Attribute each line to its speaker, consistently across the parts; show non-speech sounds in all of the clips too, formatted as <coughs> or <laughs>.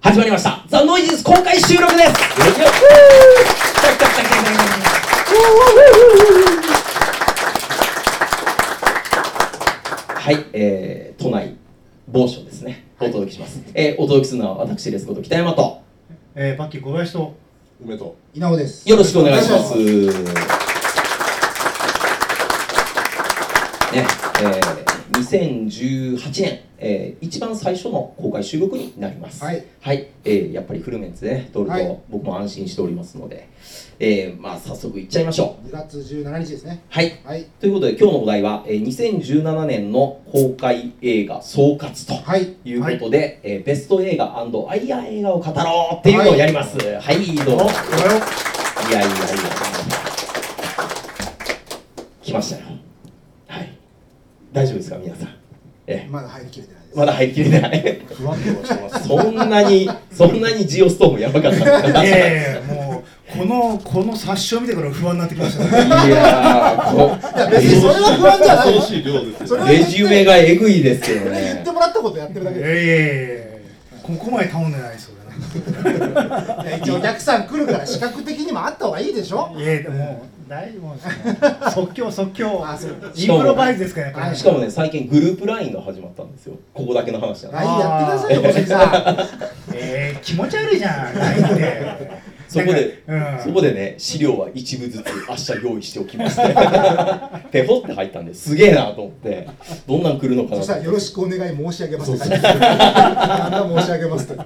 Speaker 1: 始まりました。ザ・ノイジーズ公開収録です。来た来た来た来た来た来たはい、えー、都内某所ですね。お届けします。えー、お届けするのは私ですこと北山と
Speaker 2: えー、パッキー小林と
Speaker 3: 梅と
Speaker 4: 稲尾です。
Speaker 1: よろしくお願いします。
Speaker 4: お願
Speaker 1: ね、えー、2018年、えー、一番最初の公開収録になります。
Speaker 4: はい。
Speaker 1: えーやっぱりフルメンツでね、撮る
Speaker 4: はい
Speaker 1: と僕も安心しておりますので、えー、まあ早速いっちゃいましょう。
Speaker 4: 2月17日ですね。
Speaker 1: はい。
Speaker 4: はい。
Speaker 1: ということで今日のお題は、えー2017年の公開映画総括と。
Speaker 4: はい。
Speaker 1: ということで、えーベスト映画アイアン映画を語ろうっていうのをやります。はい、どうも。いやいやいや。来ましたよ。はい。大丈夫ですか、皆さん。え
Speaker 4: まだ入りきれてないで
Speaker 1: え
Speaker 4: す。
Speaker 1: まだ入りきれてない。
Speaker 2: ふわっとしてます
Speaker 1: そんなに、そんなにジオストームやばかったんです <laughs>
Speaker 2: い
Speaker 1: か。
Speaker 2: やいやもうこの <laughs> この冊子を見てから不安になってきまし
Speaker 1: <laughs>
Speaker 2: たね
Speaker 1: いやー、こ
Speaker 4: いや、別にそれは不安じゃない。
Speaker 3: 恐ろ
Speaker 4: そ
Speaker 3: しい量です
Speaker 4: そ
Speaker 3: よ
Speaker 4: れ
Speaker 3: ね
Speaker 4: は
Speaker 1: レジュメがえぐいですけど
Speaker 4: れ言っ
Speaker 1: ね
Speaker 4: て。もらったことやってるだけ
Speaker 2: い
Speaker 4: で
Speaker 2: やいやいやいやここまで頼んでないですよね
Speaker 4: いや一応お客さん来るから視覚的にもあった方がいいでしょ
Speaker 2: いやいやもう大丈夫ですよ即興即興
Speaker 4: あそう
Speaker 2: インプロバイズですからやっぱり
Speaker 1: しかもね、最近グループラインが始まったんですよ。ここだけの話なんです
Speaker 4: LINE やってくださいよ、小杉さ
Speaker 2: えー、気持ち悪いじゃん LINE っ
Speaker 1: <laughs>
Speaker 2: て
Speaker 1: そこで、
Speaker 2: なんかうん
Speaker 1: そこでね、資料は一部ずつ明日用意しておきますね。
Speaker 2: <laughs>
Speaker 1: ペホって入ったんです。すげえなと思って、どんなん来るのか
Speaker 4: ん。そ
Speaker 1: な
Speaker 4: した
Speaker 1: と思
Speaker 4: ら、よ
Speaker 1: っ
Speaker 4: ろ
Speaker 1: て。
Speaker 4: しくお願い申し上げますって書いてある。あんな申し上げますって。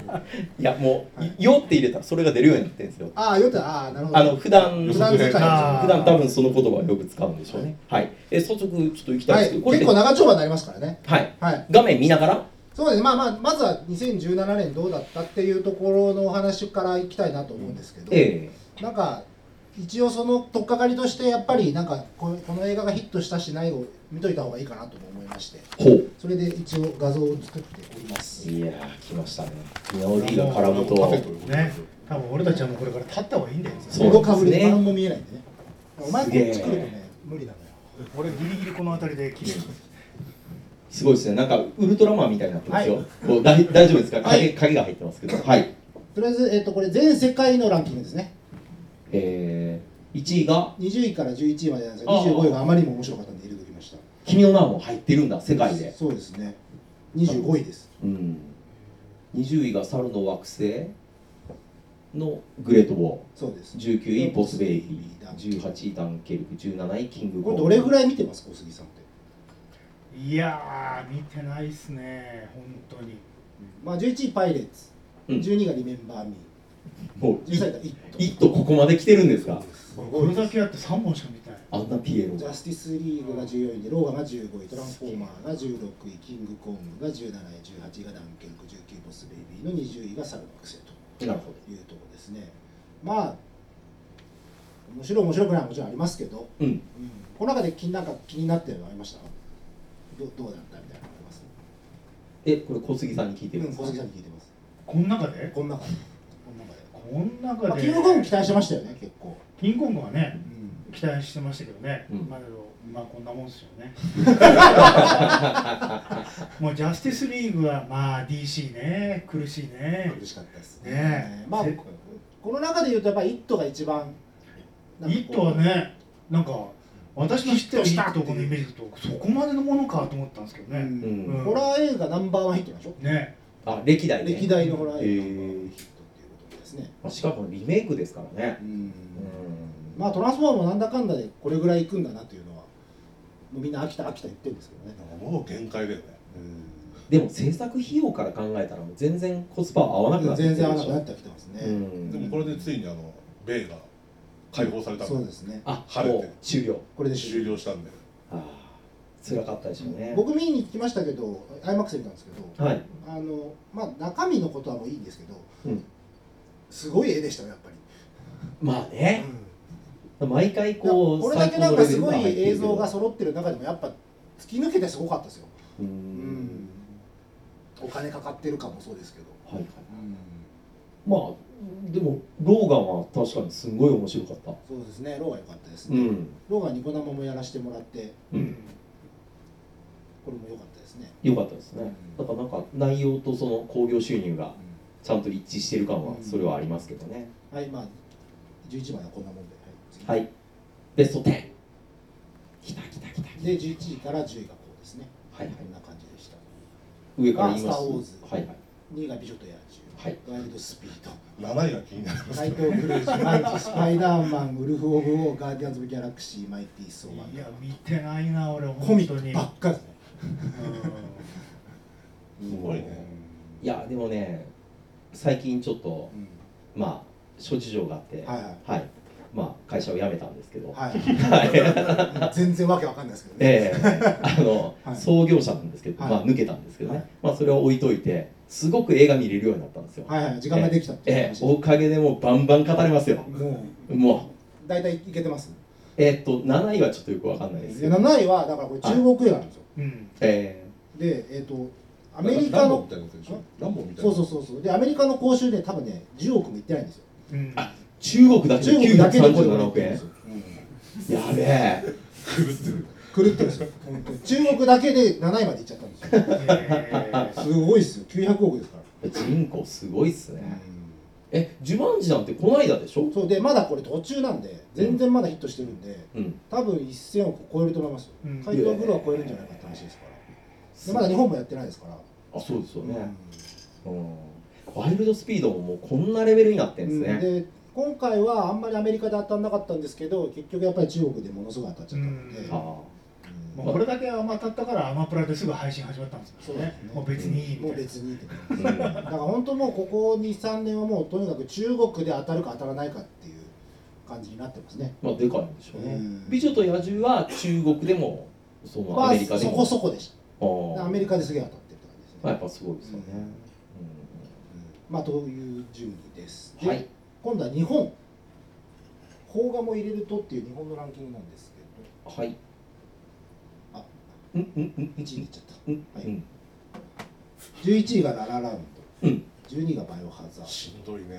Speaker 1: いや、もう、いよって入れたら、それが出るようになってるんですよ。
Speaker 4: ああ、よって、ああ、なるほど。
Speaker 1: あの、普段。
Speaker 4: 普段使い
Speaker 1: 普
Speaker 2: あー
Speaker 1: 段多分その言葉をよく使うんでしょうね。はい、え、早速ちょっと行きたいんで
Speaker 4: はい、
Speaker 1: すけど、これ
Speaker 4: 結構長丁場になりますからね。
Speaker 1: はい、
Speaker 4: はい。
Speaker 1: 画面見ながら。
Speaker 4: そうですね、まあまあ、まずは2017年どうだったっていうところのお話からいきたいなと思うんですけど。
Speaker 1: え
Speaker 4: なんか一応その取っかかりとしてやっぱりなんかここの映画がヒットしたしないを見といた方がいいかなとも思いまして
Speaker 1: えほう。
Speaker 4: それで一応画像を作っております
Speaker 1: いやー、来ましたね。ナオリーが絡む
Speaker 3: パフェ
Speaker 1: と。
Speaker 3: と
Speaker 2: ね多分俺たちはもうこれから立った方がいいんだよ
Speaker 1: そう
Speaker 4: 色かぶり
Speaker 1: ですね
Speaker 4: で何も見えないんでねお前こ
Speaker 1: す
Speaker 4: っ
Speaker 1: げえ
Speaker 4: ち来るとね無理なのよ
Speaker 2: 俺ギリギリこの辺りで切る
Speaker 1: すごいですね。なんかウルトラマンみたいになってますよ。こうだい大丈夫ですか？影、影が入ってますけど。はい。
Speaker 4: とりあえず、えっとこれ全世界のランキングですね
Speaker 1: えー、1位が
Speaker 4: 20位から11位までなんですが25位があまりにも面白かったんで入れときました
Speaker 1: 「君の名も入ってるんだ世界で」
Speaker 4: そうですね25位です
Speaker 1: うん、20位が「猿の惑星」の「グレートウォー
Speaker 4: そうです」
Speaker 1: 19位「ボスベイビー」18位「ダンケルク」17位「キング
Speaker 4: こ
Speaker 1: コン
Speaker 4: れ
Speaker 1: グ」い
Speaker 4: どれぐらい見てます小杉さんって
Speaker 2: いやー見てないっすね本当に
Speaker 4: まあ11位パイレーツ
Speaker 1: うん
Speaker 4: 12位がリメンバーミー
Speaker 1: もうい
Speaker 4: 13位がイット
Speaker 1: 一とここまで来てるんですか
Speaker 2: 俺これだけやって3本しか見てない
Speaker 1: あんなピエロ
Speaker 4: ジャ
Speaker 1: が
Speaker 4: スティスリーグが14位で、ローガが15位、トランスフォーマーが16位、キングコングが17位、18位がダンケルク、19位ボスベイビーの20位がサルバクセと
Speaker 1: なるほ
Speaker 4: いうところですね。まあ、面白い面白くないはもちろんありますけど、
Speaker 1: どうん
Speaker 4: うんこの中で気になんか気になってるのありましたどどうだったみたいなのあります
Speaker 1: えこれ小杉さんに聞いてるん
Speaker 4: う
Speaker 1: で
Speaker 4: ん、
Speaker 1: すか、
Speaker 4: 小杉さんに聞いてます。
Speaker 2: この中で
Speaker 4: この中で。この中で。
Speaker 2: この中で、
Speaker 4: まあ、キングコング期待してましたよね、結構。
Speaker 2: キングコングはね
Speaker 4: うん
Speaker 2: 期待してましたけどね、
Speaker 1: うん
Speaker 2: まあ、まあこんなもんですよねもうジャスティスリーグはまあ DC ね苦しいね
Speaker 4: 嬉しかったです
Speaker 2: ねえ
Speaker 4: まあ、
Speaker 2: せ
Speaker 4: この中で言うと、やっぱり「イット!」が一番。
Speaker 2: 「イット!」はねなんか私の知ってる「イ
Speaker 4: ヒットした
Speaker 2: ッ
Speaker 4: ってい
Speaker 2: ト!」
Speaker 4: う
Speaker 2: のイメージだとそこまでのものかと思ったんですけど
Speaker 4: う
Speaker 2: ね、
Speaker 4: ん
Speaker 1: うん
Speaker 4: ホラー映画ナンバーワンヒットなんでしょ、
Speaker 2: ね
Speaker 1: あ歴代ね
Speaker 4: 歴代のホラー映画
Speaker 1: へー
Speaker 4: ナンバーワンヒットっていうことですね、
Speaker 1: まあしかもリメイクですからねうん
Speaker 4: まあトランスフォーマーもなんだかんだでこれぐらいいくんだなというのはもうみんな飽きた飽きた言ってるんですけどね
Speaker 3: もう限界だよね
Speaker 1: でも制作費用から考えたらもう全然コスパ合わなくなってきて
Speaker 4: 全
Speaker 1: るでし
Speaker 4: 然
Speaker 1: ょ
Speaker 4: 合わなくなってきてますね、
Speaker 1: うん
Speaker 3: でもこれでついにあのベイが解放された
Speaker 4: そ
Speaker 3: ん
Speaker 4: う
Speaker 3: で
Speaker 4: ですね
Speaker 1: あ
Speaker 3: 晴れ
Speaker 1: も
Speaker 3: て
Speaker 1: う終了
Speaker 4: これで終
Speaker 3: 終
Speaker 4: 了
Speaker 3: 了したんで
Speaker 1: ああ辛かったでしょうね
Speaker 4: 僕見に行きましたけど iMAX で見たんですけど
Speaker 1: はい
Speaker 4: あのまあ中身のことはもういいんですけど、
Speaker 1: うん
Speaker 4: すごい絵でしたよやっぱり、
Speaker 1: まあね
Speaker 4: うん
Speaker 1: 毎回こう
Speaker 4: これだけなんかすご
Speaker 1: 最高
Speaker 4: い
Speaker 1: のレベルで
Speaker 4: 映像
Speaker 1: 入って
Speaker 4: が
Speaker 1: る
Speaker 4: 揃ってる中でもやっぱ突き抜けてすごかったですよ、
Speaker 1: けどうーん
Speaker 4: お金かかってるかもそうですけど、
Speaker 1: はいはいまあでもローガンは確かにすごい面白かった
Speaker 4: そうですねローが良かったです
Speaker 1: う
Speaker 4: ね、
Speaker 1: ん
Speaker 4: ローがニコ生もやらせてもらって
Speaker 1: うん
Speaker 4: これも良かったですね
Speaker 1: 良かったですねだからなんか内容とその興行収入がちゃんと一致してる感はそれはありますけどね、
Speaker 4: はいまあ11番はこんなもんで、次
Speaker 1: はいベスト10きたきたきたき
Speaker 4: で11時から10位がこうですね
Speaker 1: たはいはい
Speaker 4: こんな感じでした
Speaker 1: 上から言います
Speaker 4: あスターウォーズ
Speaker 1: はいはい
Speaker 4: 2位が美女と野
Speaker 1: はい
Speaker 4: 獣、ワイルドスピー
Speaker 1: <laughs>
Speaker 4: ド
Speaker 3: 7位が気になります
Speaker 4: 怪盗クルーズ、マイティスパイダーマン、ウルフ・オブ・ウォー、ガーディアンズ・オブ・ギャラクシー、マイティー・ソーマ
Speaker 2: いや
Speaker 4: ン。
Speaker 2: 見てないな俺
Speaker 4: コミ
Speaker 2: 本当
Speaker 4: ッ
Speaker 2: に
Speaker 4: クばっかですね。
Speaker 1: す
Speaker 3: ごいね
Speaker 1: いやでもね最近ちょっと
Speaker 4: うん
Speaker 1: まあ諸事情があって
Speaker 4: はいはい
Speaker 1: はいまあ会社を辞めたんですけど
Speaker 4: はい。
Speaker 1: <laughs> はい
Speaker 4: 全然わけわかんないですけどね。
Speaker 1: ええあの、
Speaker 4: はい
Speaker 1: 創業者なんですけど、
Speaker 4: はい
Speaker 1: まあ抜けたんですけどね、
Speaker 4: はい
Speaker 1: まあそれを置いといてすごく映画見れるようになったんですよ、
Speaker 4: はいはい、時間ができたっていう
Speaker 1: ええ
Speaker 4: 話
Speaker 1: おかげでもうバンバン語れますよ
Speaker 4: も
Speaker 1: もう
Speaker 4: う、大体いけてます。
Speaker 1: えーっと7位はちょっとよくわかんないですけ
Speaker 4: 7
Speaker 1: ど
Speaker 4: 位は、だからこれ中国映画なんですよ。
Speaker 2: うん
Speaker 1: え
Speaker 4: で、えっと、アメリカ
Speaker 3: ランボみ
Speaker 4: の、
Speaker 3: たいなことでしょランボみ
Speaker 4: そ
Speaker 3: たいな
Speaker 4: うそうそうそう。で、アメリカの公衆で多分ね、10億もいってないんですよ。
Speaker 2: うん
Speaker 1: あー中国だけで
Speaker 4: 中国だけでこれ
Speaker 1: 937億円やべえ
Speaker 3: 狂ってる
Speaker 4: 狂ってるんですよ。本当に中国だけで7位までいっちゃったんですよ。
Speaker 2: えー
Speaker 4: すごいですよ。900億ですから。
Speaker 1: 人口すごいっすね、
Speaker 4: うん
Speaker 1: えジュマンジなんてこないだでしょ
Speaker 4: そうでまだこれ途中なんで全然まだヒットしてるんで、
Speaker 1: うん
Speaker 4: 多分1000億超えると思いますよ
Speaker 2: うん
Speaker 4: <laughs> 海洋ブルーは超えるんじゃないかって話ですからでまだ日本もやってないですから、
Speaker 1: あそうですよ
Speaker 4: うん
Speaker 1: ね、うんワイルドスピードももうこんなレベルになってんですね、
Speaker 4: で今回はあんまりアメリカで当たんなかったんですけど結局やっぱり中国でものすごい当たっちゃったので、
Speaker 2: うん
Speaker 4: うん
Speaker 1: あ
Speaker 2: もうこれだけ当たったからアマプラですぐ配信始まったんですよね
Speaker 4: そうですね
Speaker 2: もう別にいいみ
Speaker 4: もう
Speaker 2: たいな
Speaker 4: 別にってね
Speaker 1: あ、うん
Speaker 4: だから本当もうここ23年はもうとにかく中国で当たるか当たらないかっていう感じになってますね
Speaker 1: まあでかいんでしょうね、
Speaker 4: うん
Speaker 1: 美女と野獣は中国でもその
Speaker 4: ま
Speaker 1: ア
Speaker 4: あ
Speaker 1: メリカで
Speaker 4: そ
Speaker 1: も、
Speaker 4: こそこでし
Speaker 1: あ
Speaker 4: た
Speaker 1: ー
Speaker 4: アメリカですげえ当たってるって感じですね、
Speaker 1: まあやっぱすごいですよね、
Speaker 4: うんまあという順位です
Speaker 1: うん
Speaker 4: で
Speaker 1: はい
Speaker 4: 今度は日本邦画も入れるとっていう日本のランキングなんですけど
Speaker 1: はい
Speaker 4: あ
Speaker 1: うんうんうん
Speaker 4: 1位にいっちゃった、
Speaker 1: うん
Speaker 4: は
Speaker 1: う
Speaker 4: い、
Speaker 1: ん
Speaker 4: 11位がラララウンド、
Speaker 1: うん
Speaker 4: 12位がバイオハザー
Speaker 3: <laughs> しんどいね、
Speaker 1: ん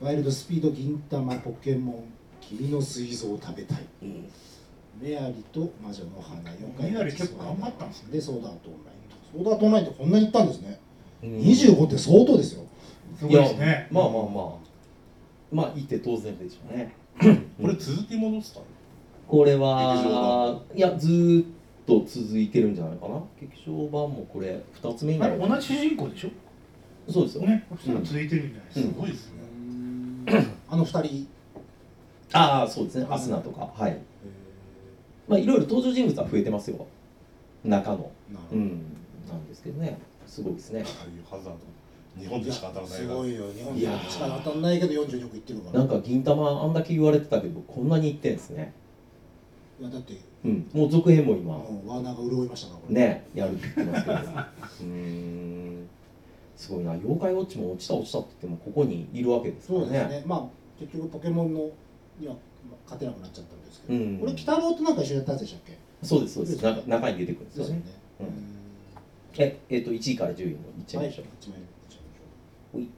Speaker 4: ドワイルドスピード銀魂ポケモン君の水蔵を食べたい
Speaker 1: うん
Speaker 4: メアリと魔女の花4
Speaker 2: メアリ結構頑張ったんですね
Speaker 4: でソーダアートオンラインとソーダアートオンラインってこんなにいったんですね、
Speaker 1: うん
Speaker 4: 25って相当ですよ
Speaker 2: すごいですね
Speaker 1: まあまあまあまあいって当然でしょうね
Speaker 3: これ続きものですかね
Speaker 1: これ
Speaker 3: 劇場
Speaker 1: は、いやずーっと続いてるんじゃないかな劇場版もこれ2つ目に
Speaker 2: あ
Speaker 1: な
Speaker 2: れ
Speaker 1: る
Speaker 2: 同じ主人公でしょ
Speaker 1: そうですよね
Speaker 2: ねそしたら続いてるんじゃないですすか
Speaker 3: ごいですね、
Speaker 4: <coughs> あの2人
Speaker 1: ああそうですねアスナとかはいまあいろいろ登場人物は増えてますよ中の
Speaker 4: なるほ
Speaker 1: う
Speaker 4: ど
Speaker 1: んなんですけどねすごいですね
Speaker 3: ああいうハザード日本でしか当たらない
Speaker 4: す
Speaker 3: が
Speaker 4: ごいよ日本でしか当たんないけど42億いってるから
Speaker 1: なんか銀魂あんだけ言われてたけどこんなにいってんですね
Speaker 4: いやだって
Speaker 1: うんもう続編も今
Speaker 4: もうワーナーが潤いましたからこれ
Speaker 1: ねやるって言ってますけどうーんすごいな妖怪ウォッチも落ちた落ちたって言ってもここにいるわけですか
Speaker 4: そ
Speaker 1: ら
Speaker 4: う
Speaker 1: ね
Speaker 4: ですねまあ結局ポケモンのにはまあ勝てなくなっちゃったんですけど、
Speaker 1: うん
Speaker 4: これ北郎となんか一緒にやったやつでしたっけ
Speaker 1: そうですそうです
Speaker 4: そう
Speaker 1: な
Speaker 4: です
Speaker 1: 中に出てくるんです
Speaker 4: で
Speaker 1: よ
Speaker 4: すよ
Speaker 1: ね
Speaker 4: ね、
Speaker 1: うん
Speaker 4: うん
Speaker 1: ええっと1位から10位もいっちゃ
Speaker 4: はいい
Speaker 1: ま
Speaker 4: 一
Speaker 1: しょ
Speaker 4: 枚
Speaker 1: う
Speaker 4: 一枚一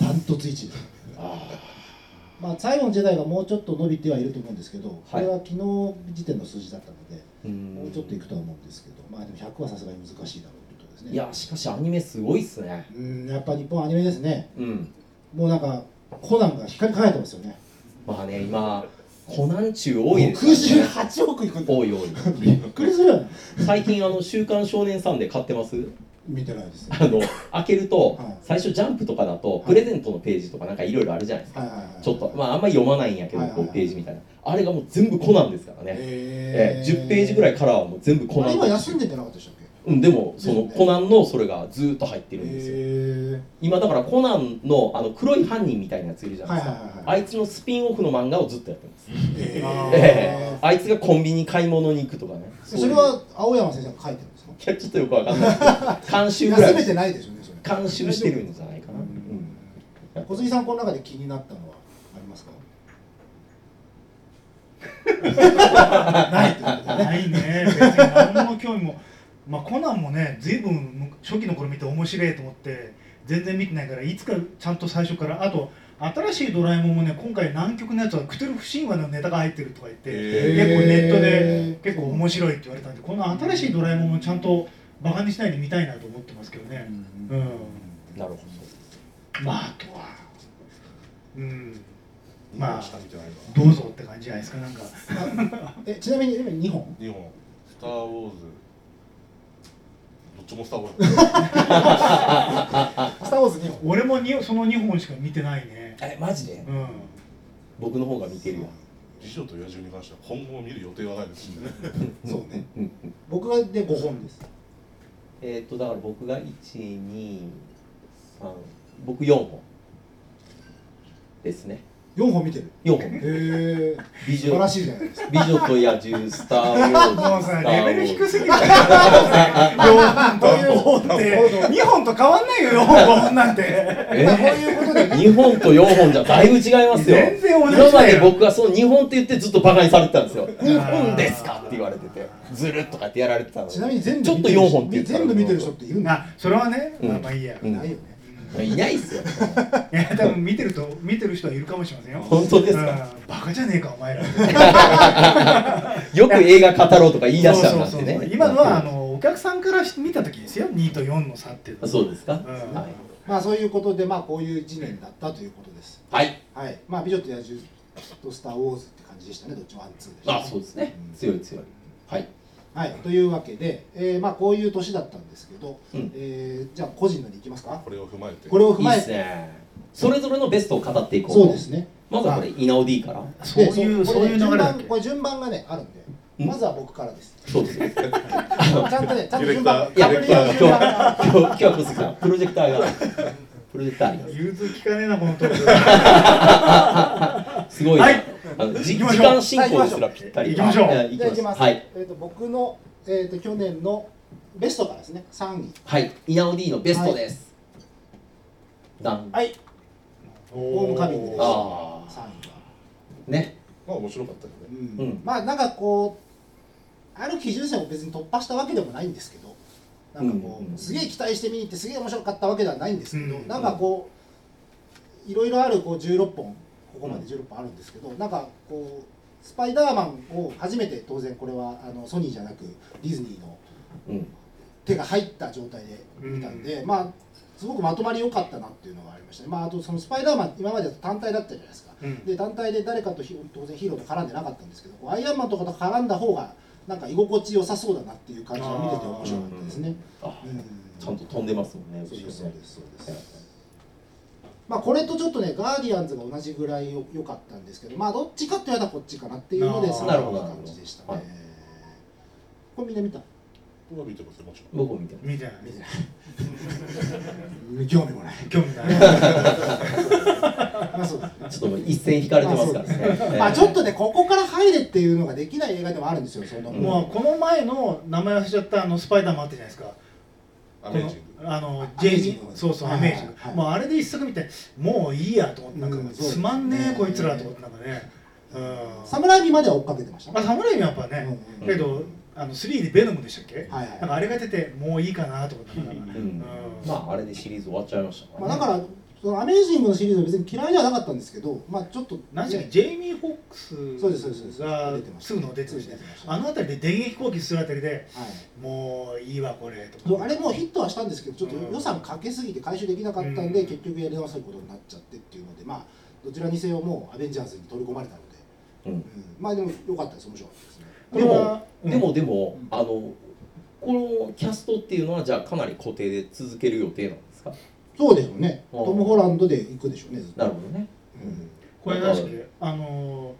Speaker 4: 枚ダントツ1位です
Speaker 1: はい
Speaker 4: まあ最後の時代がもうちょっと伸びてはいると思うんですけど、これは昨日時点の数字だったので
Speaker 1: うーん
Speaker 4: もうちょっといくとは思うんですけどまあでも100はさすがに難しいだろうということですね
Speaker 1: いやしかしアニメすごいっすね
Speaker 4: うんやっぱ日本アニメですね
Speaker 1: うん
Speaker 4: もうなんかコナンが光り輝いてますよね。
Speaker 1: まあね今コナン中多いです
Speaker 4: 六
Speaker 1: か
Speaker 4: 十
Speaker 1: らね
Speaker 4: 八億いくんだ。
Speaker 1: 多い多い
Speaker 4: びっくりするよね。
Speaker 1: 最近あの「週刊少年サンデー」買ってます
Speaker 4: 見てないですね。
Speaker 1: あの開けると、
Speaker 4: はい
Speaker 1: 最初ジャンプとかだと、
Speaker 4: い
Speaker 1: プレゼントのページとかなんかいろいろあるじゃないですか、
Speaker 4: はいはいはい。
Speaker 1: ちょっとまああんまり読まないんやけど、
Speaker 4: はいはいはい
Speaker 1: こうページみたいなあれがもう全部コナンですからね、え
Speaker 4: え
Speaker 1: え10ページぐら
Speaker 4: い。
Speaker 1: いからはもう全部コ
Speaker 4: こ
Speaker 1: ナ
Speaker 4: れ
Speaker 1: ン
Speaker 4: 今休んでんじゃなかったでしたっけ？
Speaker 1: うん、でもその
Speaker 4: ですね
Speaker 1: コナンのそれがずーっと入ってるんですよ、
Speaker 4: え
Speaker 1: 今だからコナンのあの黒い犯人みたいなやついるじ
Speaker 4: え
Speaker 1: ゃな
Speaker 4: はいい
Speaker 1: で
Speaker 4: は
Speaker 1: す
Speaker 4: い
Speaker 1: か、
Speaker 4: はい
Speaker 1: あ
Speaker 4: はい。
Speaker 1: いつのスピンオフの漫画をずっとやってます、
Speaker 4: え
Speaker 2: あー
Speaker 1: ええ <laughs> あいつがコンビニ買い物に行くとかね
Speaker 4: そう
Speaker 1: いう
Speaker 4: れは青山先生が書いてるんですか？
Speaker 1: いやちょっとよくわかんないです
Speaker 4: <laughs>
Speaker 1: けど監修ぐら
Speaker 4: 休め
Speaker 1: い
Speaker 4: てないでしょうねそれ。
Speaker 1: 監修してるんじゃないかな、う
Speaker 4: うんん小杉さんこの中で気になったのはありますか？ないってことだね。
Speaker 2: ないね別に何の興味もまあコナンもね随分初期の頃見て面白いと思って全然見てないからいつかちゃんと最初からあと新しいドラえもんもね今回南極のやつはクトゥルフ神話のネタが入ってるとか言って、
Speaker 3: え
Speaker 2: 結構ネットで
Speaker 4: えー
Speaker 2: 結構面白いって言われたんでこの新しいドラえもんもちゃんとバカにしないで見たいなと思ってますけどね、
Speaker 4: うん
Speaker 2: うん
Speaker 1: なるほど
Speaker 2: まああとはうんま
Speaker 3: ま
Speaker 2: あ
Speaker 3: あ、したんじゃないか
Speaker 2: どうぞって感じじゃないですか
Speaker 1: <laughs>
Speaker 2: なんか
Speaker 4: あえちなみに今2本
Speaker 3: な。日本、スター・ウォーズ、どっちもスター・ウォ
Speaker 4: <laughs>
Speaker 3: ーズ。
Speaker 4: 「スター・ウォーズ」2本
Speaker 2: 俺もにその2本しか見てないね
Speaker 1: えマジで
Speaker 2: うん
Speaker 1: 僕の方が見てるよ
Speaker 3: 辞書と野獣に関しては、本物を見る予定はないですね。
Speaker 4: そうね
Speaker 1: うん
Speaker 4: 僕がで5本です
Speaker 1: えーっとだから僕が123僕4本ですね
Speaker 4: 4本見てる
Speaker 1: 4本
Speaker 4: へえ
Speaker 1: 美
Speaker 4: 素晴
Speaker 1: 女
Speaker 4: らしいじゃないですか
Speaker 1: 美女と野獣スター・ウ
Speaker 4: <laughs>
Speaker 1: ォ
Speaker 2: も
Speaker 1: ー
Speaker 2: う
Speaker 1: ズ
Speaker 2: さ
Speaker 1: スタ
Speaker 2: レ
Speaker 1: ー・
Speaker 2: ベ
Speaker 1: ウ
Speaker 2: ル
Speaker 1: ォ
Speaker 2: 低
Speaker 1: ー
Speaker 2: すぎ
Speaker 1: ズ
Speaker 2: る4本と4本
Speaker 4: <laughs>
Speaker 2: って2本と変わんないよ4本なんて
Speaker 1: え
Speaker 4: まあこういうことで
Speaker 1: ー、2本と4本じゃだいぶ違いますよ
Speaker 2: 全然同じだよ
Speaker 1: 今まで僕はその2本って言ってずっとバカにされてたんですよ2本ですかって言われててずるっとかってやられてたの
Speaker 4: ちなみに全
Speaker 1: ち
Speaker 4: 部
Speaker 1: ょっと
Speaker 4: 見て
Speaker 1: 4
Speaker 4: る
Speaker 1: 本って言っ
Speaker 4: 人
Speaker 1: たら
Speaker 4: 全部見てる人っているんだ
Speaker 2: あそれはね、
Speaker 1: うん
Speaker 2: まあまあいいや、
Speaker 1: うん
Speaker 4: ないよね
Speaker 1: いないっすよ
Speaker 2: いや多分見てると見てる人はいるかもしれませんよ
Speaker 1: 本当ですか
Speaker 2: うんバカじゃねえかお前ら
Speaker 1: よく映画語ろうとか言い出したんだって
Speaker 2: そうそうそう
Speaker 1: ね
Speaker 2: 今のはあのお客さんから見た時ですよ2と4の差っていうのは
Speaker 1: そうですか、
Speaker 2: ん
Speaker 1: はい
Speaker 4: まあそういうことでまあこういう1年だったということです
Speaker 1: はい
Speaker 4: はいまあ「美女と野獣」と「スター・ウォーズ」って感じでしたねどっちもワンツーでした
Speaker 1: あそうですね強い強いはい
Speaker 4: はい、というわけで、えーまあ、こういう年だったんですけど、
Speaker 1: うん
Speaker 4: えーじゃあ個人のに行きますか
Speaker 3: これを踏まえて。
Speaker 4: これを踏
Speaker 1: いい
Speaker 4: まえ
Speaker 1: ってすねそれぞれのベストを語っていこう
Speaker 4: そうですね
Speaker 1: まずはこれイナオ D から
Speaker 2: そういう
Speaker 4: で
Speaker 2: そういう流れだっ
Speaker 4: これね順
Speaker 2: け
Speaker 4: 番これ順番がねあるんで
Speaker 1: うん
Speaker 4: まずは僕からです
Speaker 1: そうですね
Speaker 4: ちゃんとねちゃんと順番
Speaker 3: ディ
Speaker 1: いや
Speaker 3: レ
Speaker 4: 確
Speaker 1: 今
Speaker 3: ク
Speaker 1: 日
Speaker 4: 認
Speaker 1: 今日今
Speaker 4: の順番が
Speaker 3: ター
Speaker 1: 日は小杉さんプロジェクターがプロジェクターあります
Speaker 2: 融通きかねえなこのトー
Speaker 1: すごいな、
Speaker 2: はい
Speaker 1: あのじ時
Speaker 2: 行きましょう
Speaker 1: 間進行ですらぴったり
Speaker 2: 行きましょう
Speaker 1: あいや行
Speaker 4: じゃあい
Speaker 1: き
Speaker 4: き
Speaker 1: ま
Speaker 4: ますす、
Speaker 1: はい
Speaker 4: えー、と僕の、えー、と去年のベストからですね3位
Speaker 1: はいイナオ D のベストです、ダン
Speaker 4: はいホームカミングです3
Speaker 1: あ
Speaker 4: 位
Speaker 2: あ
Speaker 4: は
Speaker 1: ー、ね
Speaker 3: まあ、面白かったよ
Speaker 4: う
Speaker 3: ね。
Speaker 4: ん
Speaker 1: うん
Speaker 4: まあなんかこうある基準線を別に突破したわけでもないんですけどなんかこう、
Speaker 1: うんうん
Speaker 4: すげえ期待して見に行ってすげえ面白かったわけではないんですけど、
Speaker 2: うん
Speaker 4: なんかこういろいろあるこう16本ここまで16本あるんですけど、なんかこうスパイダーマンを初めて当然これはあのソニーじゃなくディズニーの
Speaker 1: うん
Speaker 4: 手が入った状態で見たんで、まあすごくまとまり良かったなっていうのがありましたね、まあ、あとそのスパイダーマン今までだと単体だったじゃないですか、
Speaker 2: うん
Speaker 4: で単体で誰かとひ当然ヒーローと絡んでなかったんですけどこうアイアンマンとかと絡んだ方がなんか居心地良さそうだなっていう感じが見てて面白かったですね。
Speaker 1: あ
Speaker 4: うん
Speaker 1: ちゃんと飛んでますもんね
Speaker 4: そう
Speaker 1: 後ろ
Speaker 4: ですそう
Speaker 1: ね
Speaker 4: ですそうですまあこれとちょっとねガーディアンズが同じぐらいよ良かったんですけどまあどっちかって言われたらこっちかなっていうので
Speaker 2: あー
Speaker 4: そん
Speaker 1: な
Speaker 4: な
Speaker 1: るほど
Speaker 4: 感じでした
Speaker 1: は
Speaker 4: ね、
Speaker 1: い
Speaker 4: これみんな見た
Speaker 3: 僕は見てますよ、もちろん。
Speaker 1: 僕も見てます
Speaker 2: 見てない
Speaker 4: 見てない興味もない
Speaker 2: 興味ない
Speaker 4: まあそうですね
Speaker 1: ちょっともう一線引かれてますからね
Speaker 4: まあちょっとねここから入れっていうのができない映画でもあるんですよその、
Speaker 1: うん
Speaker 2: もうこの前の名前忘れちゃったあのスパイダーマンあったじゃないですか
Speaker 3: アメージン
Speaker 2: このあの
Speaker 4: ア
Speaker 2: ジ
Speaker 4: メ
Speaker 2: ェ
Speaker 4: ー
Speaker 2: イ
Speaker 4: ジン
Speaker 2: ジ
Speaker 4: グ
Speaker 2: そうそう
Speaker 4: は
Speaker 2: ア
Speaker 4: い
Speaker 2: メージング
Speaker 4: はい
Speaker 2: もうあれで一作見てもういいやと思ってなんか、
Speaker 4: うんそうです
Speaker 2: つまんねえ
Speaker 4: ね
Speaker 2: こいつらと思ってなんかねうん
Speaker 4: 侍にまでは追っかけてました、
Speaker 2: まあ侍にはやっぱね、
Speaker 4: うん
Speaker 2: けどあの3でベノムでしたっけ、
Speaker 4: はい
Speaker 2: なんか
Speaker 4: は
Speaker 2: あれが出てもういいかなと思ったから、
Speaker 1: グうん
Speaker 2: うん
Speaker 1: まああれでシリーズ終わっちゃいました
Speaker 4: い、
Speaker 1: か
Speaker 4: まあ、
Speaker 1: ら
Speaker 4: だ
Speaker 1: ね
Speaker 4: からそのアメージングのシリーズは別に嫌いじゃなかったんですけどまあちょっと、
Speaker 2: なんでしたっけ
Speaker 4: ね
Speaker 2: ジェイミー・ホック
Speaker 4: そうですそうですそうで
Speaker 2: ス
Speaker 4: す
Speaker 2: が
Speaker 4: 出てました
Speaker 2: すぐの出てましたね
Speaker 4: すぐ出てました
Speaker 2: あの辺りで電撃攻撃するあたりで
Speaker 4: はい
Speaker 2: もういいわこれとか
Speaker 4: そうあれもうヒットはしたんですけどちょっと
Speaker 2: うん
Speaker 4: 予算かけすぎて回収できなかったんで、
Speaker 2: うん
Speaker 4: 結局やり直せることになっちゃってっていうのでまあどちらにせよもうアベンジャーズに取り込まれたので、
Speaker 1: うん
Speaker 4: まあでも良かったです面白かったですね
Speaker 2: これは
Speaker 1: でもでも、
Speaker 4: うん
Speaker 1: あのこのキャストっていうのはじゃあかなり固定で続ける予定なんですか
Speaker 4: そうでしょうね
Speaker 1: うん
Speaker 4: トム・ホランドで行くでしょうねずっと
Speaker 1: なるほどね
Speaker 4: うん
Speaker 2: これ確かあのー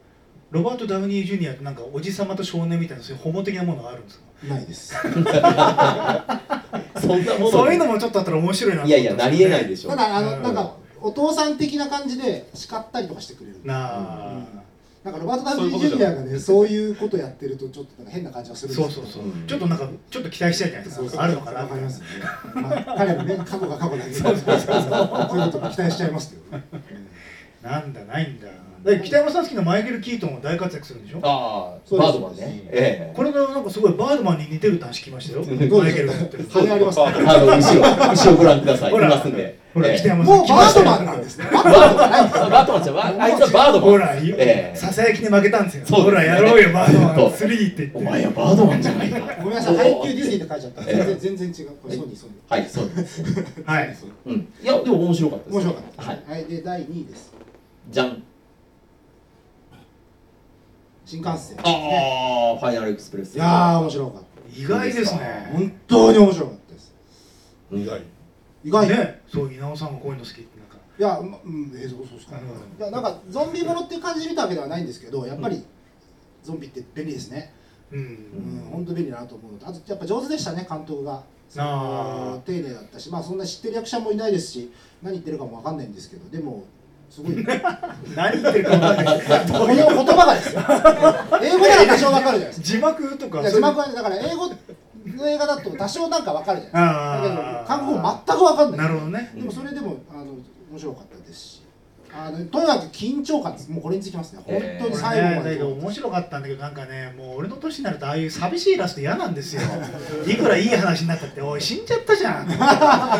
Speaker 2: ロバート・ダウニー・ジュニアとなんかおじさまと少年みたいなそういうホモ的なものがあるんですか
Speaker 4: な
Speaker 2: <laughs>
Speaker 4: いです
Speaker 1: そんなもの
Speaker 2: そういうのもちょっとあったら面白いなと思
Speaker 1: いやいやなりえない
Speaker 2: で
Speaker 1: でしょ
Speaker 4: ただあ
Speaker 2: う
Speaker 4: の
Speaker 2: ん
Speaker 4: なんかお父さん的な感じで叱ったりとかしてくれる
Speaker 2: な
Speaker 4: う
Speaker 2: あ
Speaker 4: ん、なんかロバート・ダウニー・ジュニアがねそういうことやってるとちょっとなんか変な感じがするんです
Speaker 2: そう
Speaker 4: け
Speaker 2: そ
Speaker 4: ど
Speaker 2: うそう、
Speaker 1: うん
Speaker 2: ちょっとなんかちょっと期待したいじゃないですか
Speaker 4: そうそう
Speaker 2: あるのかな
Speaker 4: わかりますよね、まあ、彼のね過去が過去だけどそういうことも期待しちゃいますけどね、
Speaker 2: なんだないんだだから北山さん好きなマイケル・キートンは大活躍するんでしょ
Speaker 1: ああ、
Speaker 4: そうで
Speaker 1: バー
Speaker 4: す
Speaker 1: ドマンね
Speaker 4: そうで。
Speaker 1: え
Speaker 2: これがなんかすごいバードマンに似てるって話聞きましたよ
Speaker 1: うん
Speaker 2: マイケルが言ってる
Speaker 4: 跳ねありますね
Speaker 1: え。あの、後ろ、後ろご覧ください。い
Speaker 2: ほら
Speaker 1: ますんで。
Speaker 2: ほら
Speaker 1: ええ
Speaker 2: 北山さん
Speaker 4: もうバードマンなんですね。バードマンじゃないんで
Speaker 1: あ
Speaker 4: す
Speaker 1: バードマンじゃわ、あいつはバード
Speaker 2: ほ
Speaker 1: マン。
Speaker 2: ら、い
Speaker 1: ええ
Speaker 2: ささやきに負けたんですよ。
Speaker 1: そうです
Speaker 2: ほら、やろうよ、バードマン
Speaker 1: そう
Speaker 2: 3って言って。
Speaker 1: お前はバードマンじゃないか。
Speaker 4: ごめんなさい、配給ディズニーって書いちゃった。全
Speaker 1: ええ
Speaker 4: 然全然違う。これソニーソニー。
Speaker 1: はい、そうです。
Speaker 2: はい。
Speaker 1: うん。いや、でも面白かったです。
Speaker 4: 面白かった。
Speaker 1: は
Speaker 4: はいい。。で第2位です。
Speaker 1: じゃん。
Speaker 4: 新幹線。
Speaker 1: ああ、ファイナルエクスプレス。
Speaker 4: いやー面白かっ
Speaker 2: 意外です
Speaker 4: た。
Speaker 2: ね。
Speaker 4: 本当に面白かったです。
Speaker 3: 意外
Speaker 4: 意外に。
Speaker 2: ね、そう、稲尾さんがこういうの好きって、なんか。
Speaker 4: いや、まうん、映像そうですか、
Speaker 2: うん
Speaker 4: いや、なんかゾンビものっていう感じで見たわけではないんですけど、やっぱり。ゾンビって便利ですね。
Speaker 2: う。
Speaker 4: うんん、本当便利だなと思うのと、あとやっぱ上手でしたね、監督が。
Speaker 2: あー
Speaker 4: 丁寧だったし、まあ、そんな知ってる役者もいないですし、何言ってるかもわかんないんですけど、でも。す
Speaker 2: <laughs>
Speaker 4: ごい。
Speaker 2: 何言ってるか分かんないけ
Speaker 4: この言葉がですよ。英語なら多少わかるじゃないです
Speaker 2: ど。
Speaker 4: か。
Speaker 2: 字幕とか
Speaker 4: い。や字幕はねだから英語の映画だと多少なんかわかるじゃないですか。だ
Speaker 2: ああ。
Speaker 4: けど韓国語全くわかんない。
Speaker 2: なるほどね。
Speaker 4: でもそれでもあの面白かったですし、あのとにかく緊張感です。もうこれにつきますね。本
Speaker 1: えー
Speaker 4: 当に
Speaker 2: これ
Speaker 4: 最後
Speaker 2: ね、
Speaker 4: ま
Speaker 2: だ
Speaker 4: で
Speaker 2: け。ど面白かったんだけどなんかねもう俺の年になるとああいう寂しいイラスト嫌なんです
Speaker 4: <laughs>
Speaker 2: よいくらいい話になったっておい死んじゃったじゃん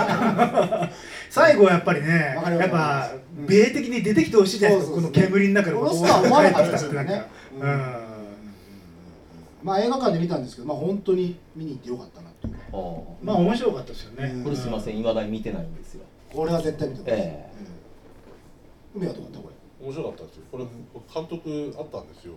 Speaker 2: <laughs> 最後はやっぱりね
Speaker 4: わかるわ
Speaker 2: や
Speaker 4: か
Speaker 2: っ
Speaker 4: る
Speaker 2: ぱ
Speaker 4: うん
Speaker 2: 米的に出てきてほしいじゃないですか
Speaker 4: そうそうそう
Speaker 2: この煙の中で
Speaker 4: 殺すとは思わなかったですよ
Speaker 2: 帰って
Speaker 4: ね
Speaker 2: き。
Speaker 4: うん
Speaker 2: たってなんか
Speaker 4: まあ映画館で見たんですけど、まあ本当に見に行ってよかったなっていうか。
Speaker 1: あー
Speaker 2: うんまあ面白かったですよね、
Speaker 4: うん
Speaker 1: これすいません、未だに見てないんですよ。
Speaker 4: これは絶対見てます。
Speaker 1: え
Speaker 4: うん海はどうだったこれ。
Speaker 3: 面白かったですよこれ監督あったんですよ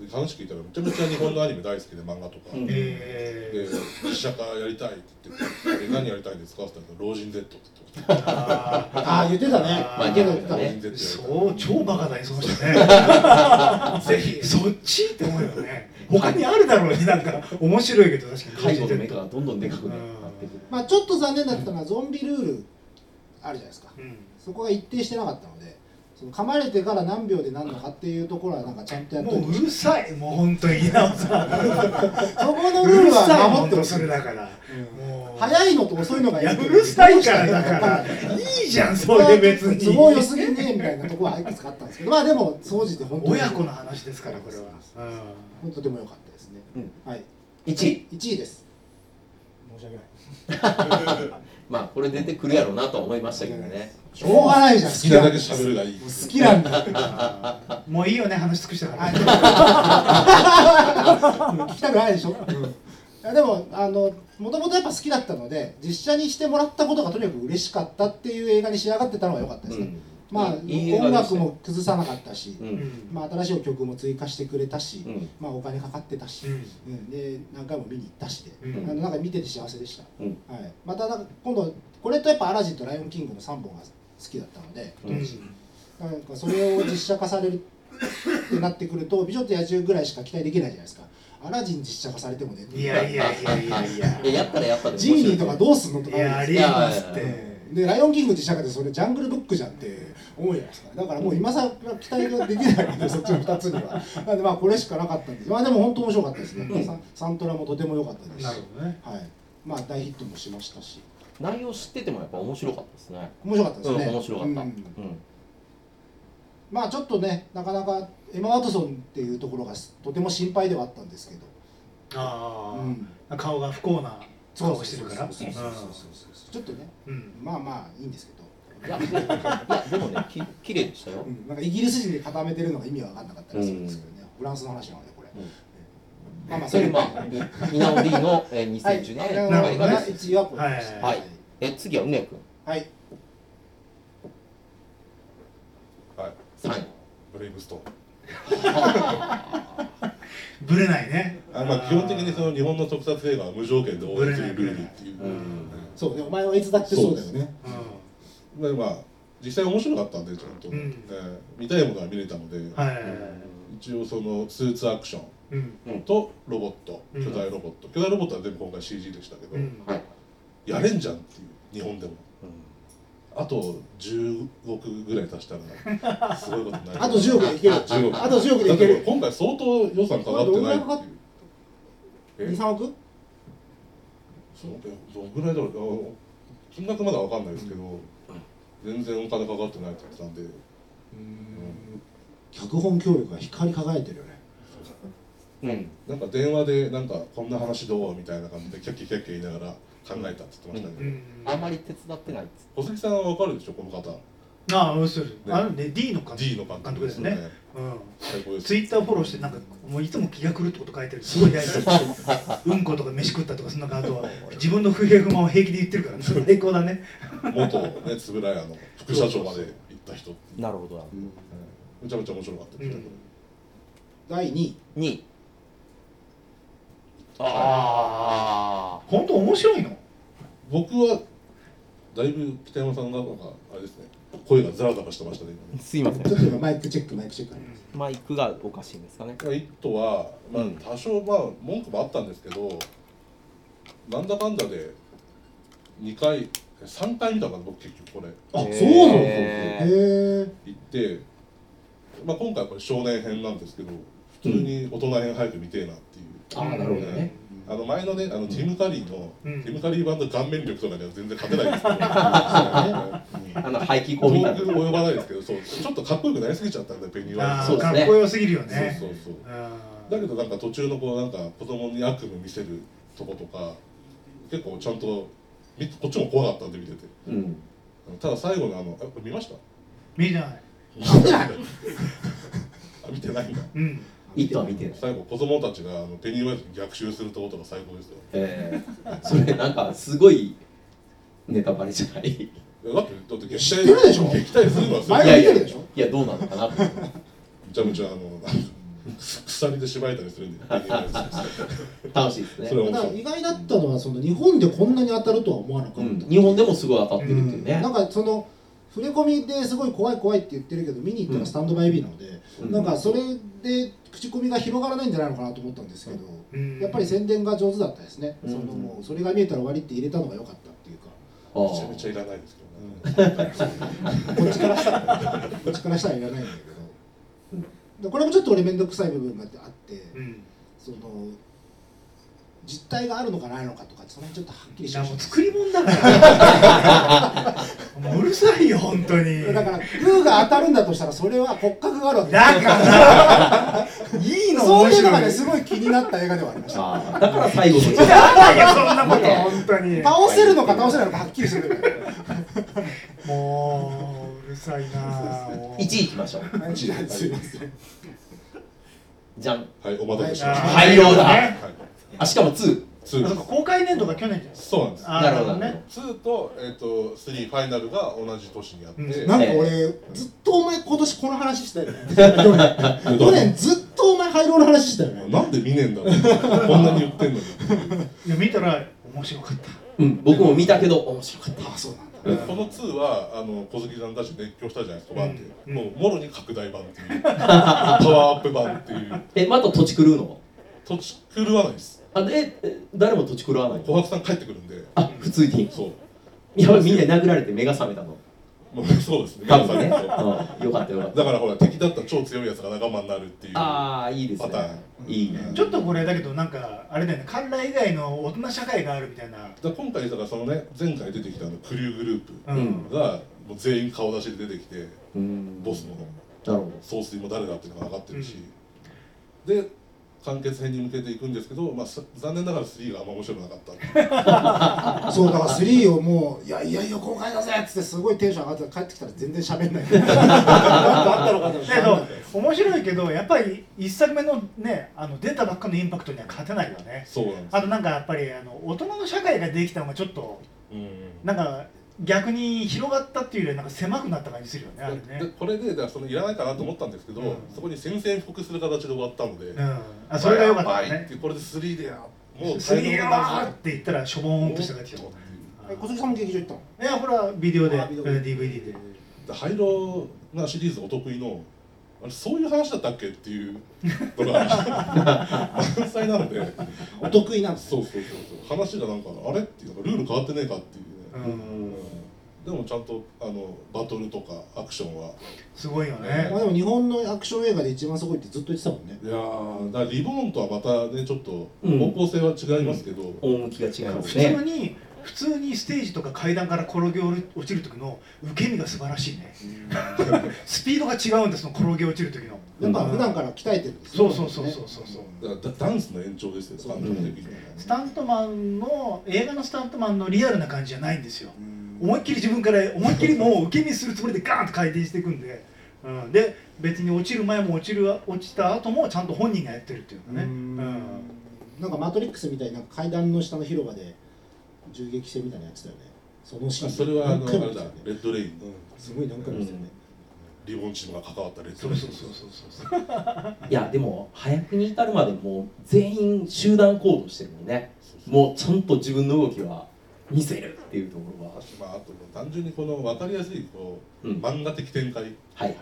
Speaker 3: で話聞いたらめちゃめちゃ日本のアニメ大好きで漫画と
Speaker 1: う
Speaker 3: か、
Speaker 1: ん
Speaker 3: で
Speaker 2: えー
Speaker 3: 実写化やりたいって言って「え何やりたいんですか?」って言ったら「老人 Z」って言って
Speaker 2: あー
Speaker 4: ああ言ってたね。
Speaker 2: あ
Speaker 1: ー
Speaker 4: 言ってた言ってた
Speaker 3: 老
Speaker 1: まあね
Speaker 2: そう
Speaker 3: 人 Z やりたい
Speaker 2: 超バカだねその人
Speaker 4: <laughs>
Speaker 2: ね
Speaker 3: ぜひ
Speaker 2: そっちって思うよね他にあるだろうになんか面白いけど確か
Speaker 1: 介
Speaker 2: に
Speaker 1: 護のメカがどんどんでかくなってくる。
Speaker 4: まあちょっと残念だったのはゾンビルールあるじゃないですか。
Speaker 2: うん
Speaker 4: そこが一定してなかったので、その噛まれてから何秒でなんのかっていうところはなんかちゃんとやっ
Speaker 2: も
Speaker 4: といてほしいう
Speaker 2: うるさい、もう本当に稲尾さん。
Speaker 4: そこの
Speaker 2: う
Speaker 4: ルー
Speaker 2: る
Speaker 4: ル
Speaker 2: さい、
Speaker 4: は守
Speaker 2: 本
Speaker 4: って
Speaker 2: 当
Speaker 4: ほ
Speaker 2: そ
Speaker 4: しい
Speaker 2: れ。だから。
Speaker 4: うん
Speaker 2: もう
Speaker 4: 早いのと遅いのが
Speaker 2: いや、うるさいからだから。いいじゃん、それ
Speaker 4: <laughs>
Speaker 2: 別に。
Speaker 4: 都合良すぎねえみたいなとこはいくつかあったんですけど、まあでも総じて本当に
Speaker 2: 親子の話ですから、これは。
Speaker 4: 本当でも良かったですね。
Speaker 1: うん
Speaker 4: はい。
Speaker 1: 1位
Speaker 4: 一位です。申し訳ない。
Speaker 1: まあ、これ出てくるやろうなとは思いましたけどね。
Speaker 4: しょうがないじゃん。
Speaker 3: 好きなだけ
Speaker 4: も
Speaker 3: 喋るがいいう
Speaker 4: 好きなん
Speaker 3: <laughs>
Speaker 4: だ。
Speaker 2: うんもういいよね、話尽くしたから。
Speaker 4: 聞きたくないでしょ。いやでもあの元々やっぱ好きだったので実写にしてもらったことがとにかく嬉しかったっていう映画に仕上がってたのが良かったですね。まあ
Speaker 1: いいいい映画
Speaker 4: 音
Speaker 1: でし
Speaker 4: 楽
Speaker 1: たよ
Speaker 4: も崩さなかったし、
Speaker 1: うん。う
Speaker 2: うん
Speaker 1: ん。
Speaker 4: まあ新しい曲も追加してくれたし、
Speaker 1: うん。
Speaker 4: まあお金かかってたし、
Speaker 2: うん
Speaker 4: うんで何回も見に行ったしで、
Speaker 2: うん
Speaker 4: あのなんか見てて幸せでした、
Speaker 1: うん
Speaker 4: はい、またなんか今度これとやっぱ「アラジン」と「ライオンキング」の3本が好きだったので
Speaker 2: うん
Speaker 4: なんかそれを実写化されるってなってくると「美女と野獣」ぐらいしか期待できないじゃないですか「アラジン」実写化されてもね
Speaker 2: いやいやいやいやいや。
Speaker 1: <laughs> いや、やったらやったで。
Speaker 4: ジーニーとかどうすんのと
Speaker 2: い
Speaker 4: かあるじゃ
Speaker 2: や、
Speaker 4: な
Speaker 2: あ
Speaker 4: いです
Speaker 2: りえますっ
Speaker 1: いや
Speaker 2: て。
Speaker 4: かで「ライオンキング」実写化でそれジャングルブックじゃんって思うじゃないですかだからもう今さら期待ができないのでそっちの2つにはなんでまあこれしかなかったんですまあでも本当面白かったですね、
Speaker 1: うん
Speaker 4: サンサントラもとても良かったですし
Speaker 2: なるほどね。
Speaker 4: はい、まあ大ヒットもしましたし
Speaker 1: 内容知っててもやっぱ面白かったですね。
Speaker 4: 面白かったです
Speaker 1: うん、
Speaker 4: ね、
Speaker 1: 面白かった。う
Speaker 4: うんん。まあちょっとねなかなかエマ・ワトソンっていうところがとても心配ではあったんですけど、
Speaker 2: あ
Speaker 4: うん
Speaker 2: あ。顔が不幸な顔してるから。
Speaker 4: そうそうそうそうちょっとね
Speaker 2: うんうん
Speaker 4: まあまあいいんですけど、
Speaker 1: いや、いやでもね、き綺麗でしたよ
Speaker 4: う。んなんかイギリス人で固めてるのが意味わかんなかったりするんですけどね、フランスの話なのでこれ、
Speaker 1: うん
Speaker 4: ええまあまあ
Speaker 1: それまあ、イナオリのえー
Speaker 4: はい、
Speaker 1: 2017年
Speaker 2: な
Speaker 1: の映画
Speaker 2: るほどね
Speaker 1: で
Speaker 4: が
Speaker 1: す。
Speaker 4: 一位はこれでした
Speaker 1: はいえ、次は梅く
Speaker 4: はい
Speaker 3: はい
Speaker 1: ん。はい。
Speaker 3: ブレイブストーン
Speaker 2: ぶれないね。
Speaker 3: あまあ基本的にその日本の特撮映画は無条件で応援するルールっていう
Speaker 1: ぶれない
Speaker 4: そうねお前はいつだってそうだよね
Speaker 2: う
Speaker 3: でまあ実際面白かったんでちゃんと、
Speaker 2: うん
Speaker 3: えー見たいものは見れたので、
Speaker 2: ん。はい。
Speaker 3: 一応そのスーツアクショ
Speaker 2: うん。
Speaker 3: ンとロボット、
Speaker 2: うん
Speaker 3: 巨大ロボット巨大ロボットは全部今回 CG でしたけど、
Speaker 2: うん。
Speaker 1: はい。
Speaker 3: やれんじゃんっていう日本でもあと10億ぐらい足したらすごいことになる
Speaker 4: あと10億でいける
Speaker 3: 10億
Speaker 4: あと10億でいけ
Speaker 3: だっ
Speaker 4: る
Speaker 3: て今回相当予算かかってない
Speaker 4: どんぐらいかかっ
Speaker 3: っていうえ
Speaker 4: 23億
Speaker 3: そうだよどのぐらいだろうあの金額まだわかんないですけど、全然お金かかってないって言ってたんで、うん
Speaker 4: 脚本協力が光り輝いてるよね
Speaker 1: うん
Speaker 3: なんか電話でなんかこんな話どうみたいな感じでキャッキャキャッキャ言いながら考えたって言ってましたね、
Speaker 2: うん
Speaker 1: あんまり手伝ってないっつ
Speaker 3: 小関さんはわかるでしょこの方
Speaker 2: ああ要するにあのね D の監
Speaker 3: D の
Speaker 2: 監
Speaker 3: 監
Speaker 2: 督
Speaker 3: 督
Speaker 2: で
Speaker 3: ですす
Speaker 2: ね
Speaker 3: ね
Speaker 2: うん
Speaker 3: 最高です
Speaker 2: ツイッターフォローしてなんかもういつも気が狂ってこと書いてるすごい焼いてるうんことか飯食ったとかそんなあとは自分の不平不満を平気で言ってるから、ね、最高だね
Speaker 3: 元ね円谷の副社長まで行った人
Speaker 1: なるほどな
Speaker 3: めちゃめちゃ面白かったですね、
Speaker 4: 第2位
Speaker 1: 2位ああ
Speaker 2: 本当面白いの
Speaker 3: 僕はだいぶ北山さんがなんかあれですね声がザラザラしてましたね今ね
Speaker 1: すいません
Speaker 4: ちょっと今マイクチェックマイクチェックあります
Speaker 1: マイクがおかしいんですかね
Speaker 3: まあ「イット!」は、まあ
Speaker 1: うん、
Speaker 3: 多少まあ文句もあったんですけど、なんだかんだで2回3回見たかな僕結局これ
Speaker 4: あそうなの
Speaker 1: へー
Speaker 4: へ
Speaker 3: 行って、まあ、今回はこれ少年編なんですけど普通に大人編早く見てえなっていう、
Speaker 4: あーなるほどね
Speaker 3: あの前のねあのティム・カリーの、
Speaker 2: うん
Speaker 3: ティム・カリー版の顔面力とかでは全然勝てないですけ
Speaker 1: <laughs>
Speaker 3: ど、
Speaker 1: あの排気口みた
Speaker 3: 遠
Speaker 1: い
Speaker 3: く
Speaker 1: な
Speaker 3: 及ばないですけどそうちょっとかっこよくなりすぎちゃったんだペニー
Speaker 2: あ
Speaker 3: は
Speaker 2: ー
Speaker 1: そうです
Speaker 2: か
Speaker 1: ね
Speaker 2: っこよすぎるよね
Speaker 3: そうそうそう
Speaker 2: あー
Speaker 3: だけどなんか途中のこうなんか子供に悪夢見せるとことか結構ちゃんとみこっちも怖かったんで見てて
Speaker 1: うん
Speaker 3: ただ最後のあのあ見ました
Speaker 2: 見えじゃない
Speaker 3: <laughs> あ見てないんだ
Speaker 2: うん
Speaker 1: 「イット!」は見てない
Speaker 3: 最後子供たちがあのペニーワイスに逆襲するとことが最高ですよ
Speaker 1: えーそれなんかすごいネタバレじゃないい
Speaker 3: いやだってだって撃
Speaker 4: 知ってるでしょ
Speaker 3: 撃退するのはすごい
Speaker 4: 前
Speaker 1: や
Speaker 4: は
Speaker 1: いやい
Speaker 4: 見てるでしょ
Speaker 1: やどうなのかなと思って
Speaker 3: めちゃめちゃあのなんかく鎖で縛いたりするんでペニーワイス
Speaker 1: 楽しいですね
Speaker 3: それは
Speaker 4: え
Speaker 3: 面
Speaker 4: だか
Speaker 3: 白
Speaker 4: ら
Speaker 3: い
Speaker 4: 意外だったのはその日本でこんなに当たるとは思わなかった、
Speaker 1: うん日本でもすごい当たって
Speaker 2: 見
Speaker 1: るっていうね
Speaker 4: なんかその触れ込みですごい怖い怖いって言ってるけど見に行ったらスタンドバイビーなので、
Speaker 1: うん
Speaker 4: なんかそれで口コミが広がらないんじゃないのかなと思ったんですけど、
Speaker 2: うん
Speaker 4: やっぱり宣伝が上手だったですね、
Speaker 1: うん
Speaker 4: そのもうそれが見えたら終わりって入れたのが良かったっていうか、
Speaker 1: あ
Speaker 3: めちゃめちゃ
Speaker 1: ー
Speaker 3: いらないですけどね
Speaker 4: こっちからしたらこっちからしたらいらないんだけど、でこれもちょっと俺面倒くさい部分があって、
Speaker 2: うん
Speaker 4: その実態があるのかないのかとかその辺ちょっとはっきり
Speaker 2: い
Speaker 4: し
Speaker 2: や
Speaker 4: まし
Speaker 2: も
Speaker 4: た
Speaker 2: う作り物だからもううるさいよ本当に
Speaker 4: だからグーが当たるんだとしたらそれは骨格があるわけ
Speaker 2: だからいいの
Speaker 4: そういうの
Speaker 2: 面白
Speaker 4: がねすごい気になった映画ではありました
Speaker 1: あーだから最後の一番
Speaker 2: いやそんなこと本当に
Speaker 4: 倒せるのか倒せないのかはっきりする
Speaker 2: もううるさいなも
Speaker 1: 1
Speaker 2: う
Speaker 1: 位いきましょう
Speaker 4: はいすいません
Speaker 1: じゃん
Speaker 3: はいお待たせしまし
Speaker 2: あ
Speaker 3: た
Speaker 2: ー
Speaker 1: 廃業だ
Speaker 2: ね
Speaker 3: はい
Speaker 1: あしかも2
Speaker 3: ツー
Speaker 2: あそっか公開年度が去年じゃない
Speaker 3: そうなんです
Speaker 2: あー
Speaker 1: なるほど
Speaker 2: なるほどね
Speaker 3: 2と,、えー、と3ファイナルが同じ年にあって、
Speaker 2: うん
Speaker 4: なんか俺ずっとお前今年この話してたよね去年去年ずっとお前廃炉の話してたよね
Speaker 3: なんで見ねえんだろうこんなに言ってんのに
Speaker 2: いや見たら面白かった
Speaker 1: うん僕も見たけど面白かっ
Speaker 4: あそうなんだ
Speaker 3: でこの2はあの小杉さんたち熱狂したじゃないですかバンって、
Speaker 2: うん
Speaker 3: もうもろに拡大版っていうパワーアップ版っていう
Speaker 1: たえまた土地狂うの
Speaker 3: 土地狂わないです
Speaker 1: あでえ誰も土地狂わないの
Speaker 3: 琥珀さん帰ってくるんで
Speaker 1: あ普通に
Speaker 3: そう
Speaker 1: やばいみんな殴られて目が覚めたの
Speaker 3: もうそうですね
Speaker 1: 多分ね、
Speaker 3: 皆さんそう
Speaker 1: うん、よかった
Speaker 3: <laughs>
Speaker 1: よかった
Speaker 3: だからほら敵だった超強いやつが仲間になるっていう
Speaker 1: ああいいですね
Speaker 3: パターン
Speaker 1: いいね
Speaker 2: ちょっとこれだけどなんかあれだよね観覧以外の大人社会があるみたいな
Speaker 3: だから今回だからそのね前回出てきたあのクリューグルー
Speaker 2: う
Speaker 3: プ
Speaker 2: ん
Speaker 3: がもう全員顔出しで出てきて
Speaker 1: うん
Speaker 3: ボスも
Speaker 1: なるほ
Speaker 3: 総帥も誰だっていうのが分かってるし、で完結編に向けていくんですけど、まあ、す残念ながら3があんま面白くなかったっていう
Speaker 4: そうだから3をもう「いやいやいや公開だぜ」っつってすごいテンション上がってた帰ってきたら全然喋ん <laughs> ないなんかあったのかと思っ
Speaker 2: だ
Speaker 4: て
Speaker 2: けど面白いけどやっぱり一作目のねあの出たばっかのインパクトには勝てないよね
Speaker 3: そうなんです
Speaker 2: あとなんかやっぱりあの大人の社会ができたのがちょっと
Speaker 3: うん
Speaker 2: なんか逆に広がったっていうよりはなんか狭くなった感じするよねあれ
Speaker 3: で
Speaker 2: ね
Speaker 3: これでだからそのいらないかなと思ったんですけど、
Speaker 2: うん
Speaker 3: そこに宣戦布告する形で終わったので、
Speaker 2: うんあそれが良かった
Speaker 3: やばいっ
Speaker 2: ね
Speaker 3: てこれで3でやもう
Speaker 2: すげえよーっ
Speaker 3: って
Speaker 2: 言ったらしょぼーんとした感じが
Speaker 4: え小杉さんも劇場行ったの
Speaker 2: いやほらビデオで
Speaker 4: あビデオで
Speaker 2: えー DVD で
Speaker 3: 廃炉なシリーズお得意のあれそういう話だったっけっていうのが
Speaker 4: <laughs>
Speaker 3: 満載なので
Speaker 4: お得意なんですよ
Speaker 3: そうそうそうそう話がなんかあれっていうのがルール変わってねえかっていうね、
Speaker 2: う
Speaker 1: ど
Speaker 2: ん
Speaker 3: でもちゃんとあのバトルとかアクションは
Speaker 2: すごいよね
Speaker 4: まあでも日本のアクション映画で一番すごいってずっと言ってたもんね
Speaker 3: いやーだからリボーンとはまたねちょっと
Speaker 1: うん
Speaker 3: 方向性は違いますけど、
Speaker 1: 趣が違いま
Speaker 2: 普
Speaker 1: すね
Speaker 2: 通に普通にステージとか階段から転げ落ちる時の受け身が素晴らしいね <laughs> スピードが違うんですその転げ落ちる時の
Speaker 4: やっぱ普段から鍛えてるんです
Speaker 2: そ
Speaker 4: よ
Speaker 2: う
Speaker 4: ね
Speaker 2: そうそうそうそうそう
Speaker 3: だからダダンスの延長ですよ、感覚的には。
Speaker 2: スタントマンの映画のスタントマンのリアルな感じじゃないんですよ
Speaker 3: うん
Speaker 2: 思いっきり自分から思いっきりもう受け身するつもりでガーンと回転していくんで、うん、で別に落ちる前も落ちる落ちた後もちゃんと本人がやってるっていうかねうん
Speaker 4: なんかマトリックスみたいな階段の下の広場で銃撃戦みたいなのやってたよねそのシーン
Speaker 3: それはあ
Speaker 4: 何
Speaker 3: の、あ
Speaker 4: 回もやっ
Speaker 3: れ
Speaker 4: て
Speaker 3: だ
Speaker 4: たよね、
Speaker 3: レッドレイン、
Speaker 4: うんすごい何回もやってたよね、
Speaker 3: リボンチームが関わったレッ
Speaker 2: そ
Speaker 3: ド
Speaker 2: う
Speaker 3: レイン。
Speaker 2: そうそうそうそう
Speaker 1: いやでも早くに至るまでもう全員集団行動してるもんねもうちゃんと自分の動きは見せるっていうところは
Speaker 3: まあ、あと単純にこの分かりやすいこう、
Speaker 1: うん
Speaker 3: 漫画的展開
Speaker 1: はいはい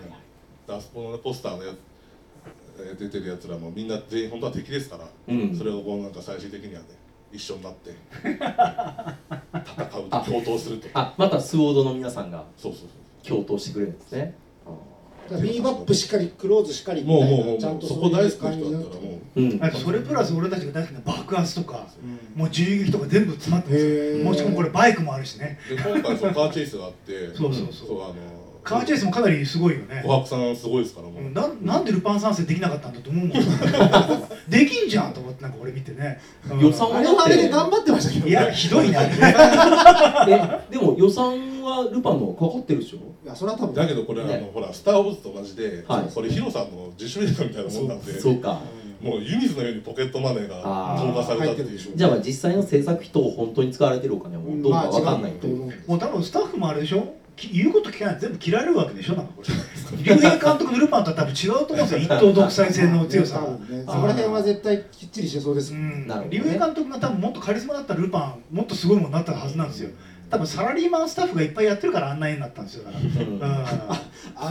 Speaker 3: あそこのポスターのやつえー出てるやつらもみんな全員本当は敵ですから、
Speaker 1: うん
Speaker 3: それをこうなんか最終的にはね一緒になって戦うと共闘すると
Speaker 1: あまたスウォードの皆さんが
Speaker 3: そうそう
Speaker 1: 共闘してくれるんですねあ
Speaker 4: だからビーバップしっかりクローズしっかり
Speaker 3: そう
Speaker 4: み
Speaker 3: も
Speaker 4: たいな
Speaker 3: うもうもう
Speaker 4: ちゃんと
Speaker 3: そこ大好きな
Speaker 4: 感じ
Speaker 3: 人
Speaker 4: に
Speaker 3: だ
Speaker 4: な
Speaker 3: っ
Speaker 4: ったて
Speaker 3: らもう
Speaker 1: ーうん
Speaker 2: あとそれプラス俺たちが大好きな爆発とか
Speaker 4: うん
Speaker 2: もう銃撃とか全部詰まってます
Speaker 4: へー
Speaker 2: もちろんこれバイクもあるしね
Speaker 3: で今回そのカーチェイスがあって
Speaker 1: <laughs>
Speaker 2: そうそうそう
Speaker 3: あの
Speaker 2: カーチェイスもかなりすごいよね
Speaker 3: 琥珀さんすごいですからもう、
Speaker 2: うんななんでルパン三世できなかったんだと思うもん <laughs> できんじゃんと思ってなんか俺見てね、うん
Speaker 1: 予算
Speaker 4: あれはあれで頑張ってましたけど
Speaker 2: いやひどいなあれ
Speaker 1: えでも予算はルパンのかかってるでしょ
Speaker 4: いやそれは多分
Speaker 3: だけどこれ、あの
Speaker 1: ね
Speaker 3: ほら「スター・ウォーズ」と同じで、
Speaker 1: はい
Speaker 3: これヒロさんの自主映画みたいなもんなんで
Speaker 1: そうか
Speaker 3: もう湯水のようにポケットマネーが
Speaker 1: あー
Speaker 3: 投下されたっていう
Speaker 1: じゃあ実際の制作費と本当に使われてるお金はどうかわかんないという、
Speaker 2: もう多分スタッフもあれでしょき言うこと聞かない全部切られるわけでしょなんかこれ竜兵監督のルパンとは多分違うと思うん
Speaker 1: <laughs>
Speaker 2: ですよ一党独裁性の強さが
Speaker 4: 多分ねそこら辺は絶対きっちりしてそうです
Speaker 2: う
Speaker 4: もん
Speaker 2: ん
Speaker 1: なるほどね
Speaker 2: 竜兵、監督が多分もっとカリスマだったらルパンもっとすごいものになったはずなんですよ多分サラリーマンスタッフがいっぱいやってるからあんな絵になったんですよだから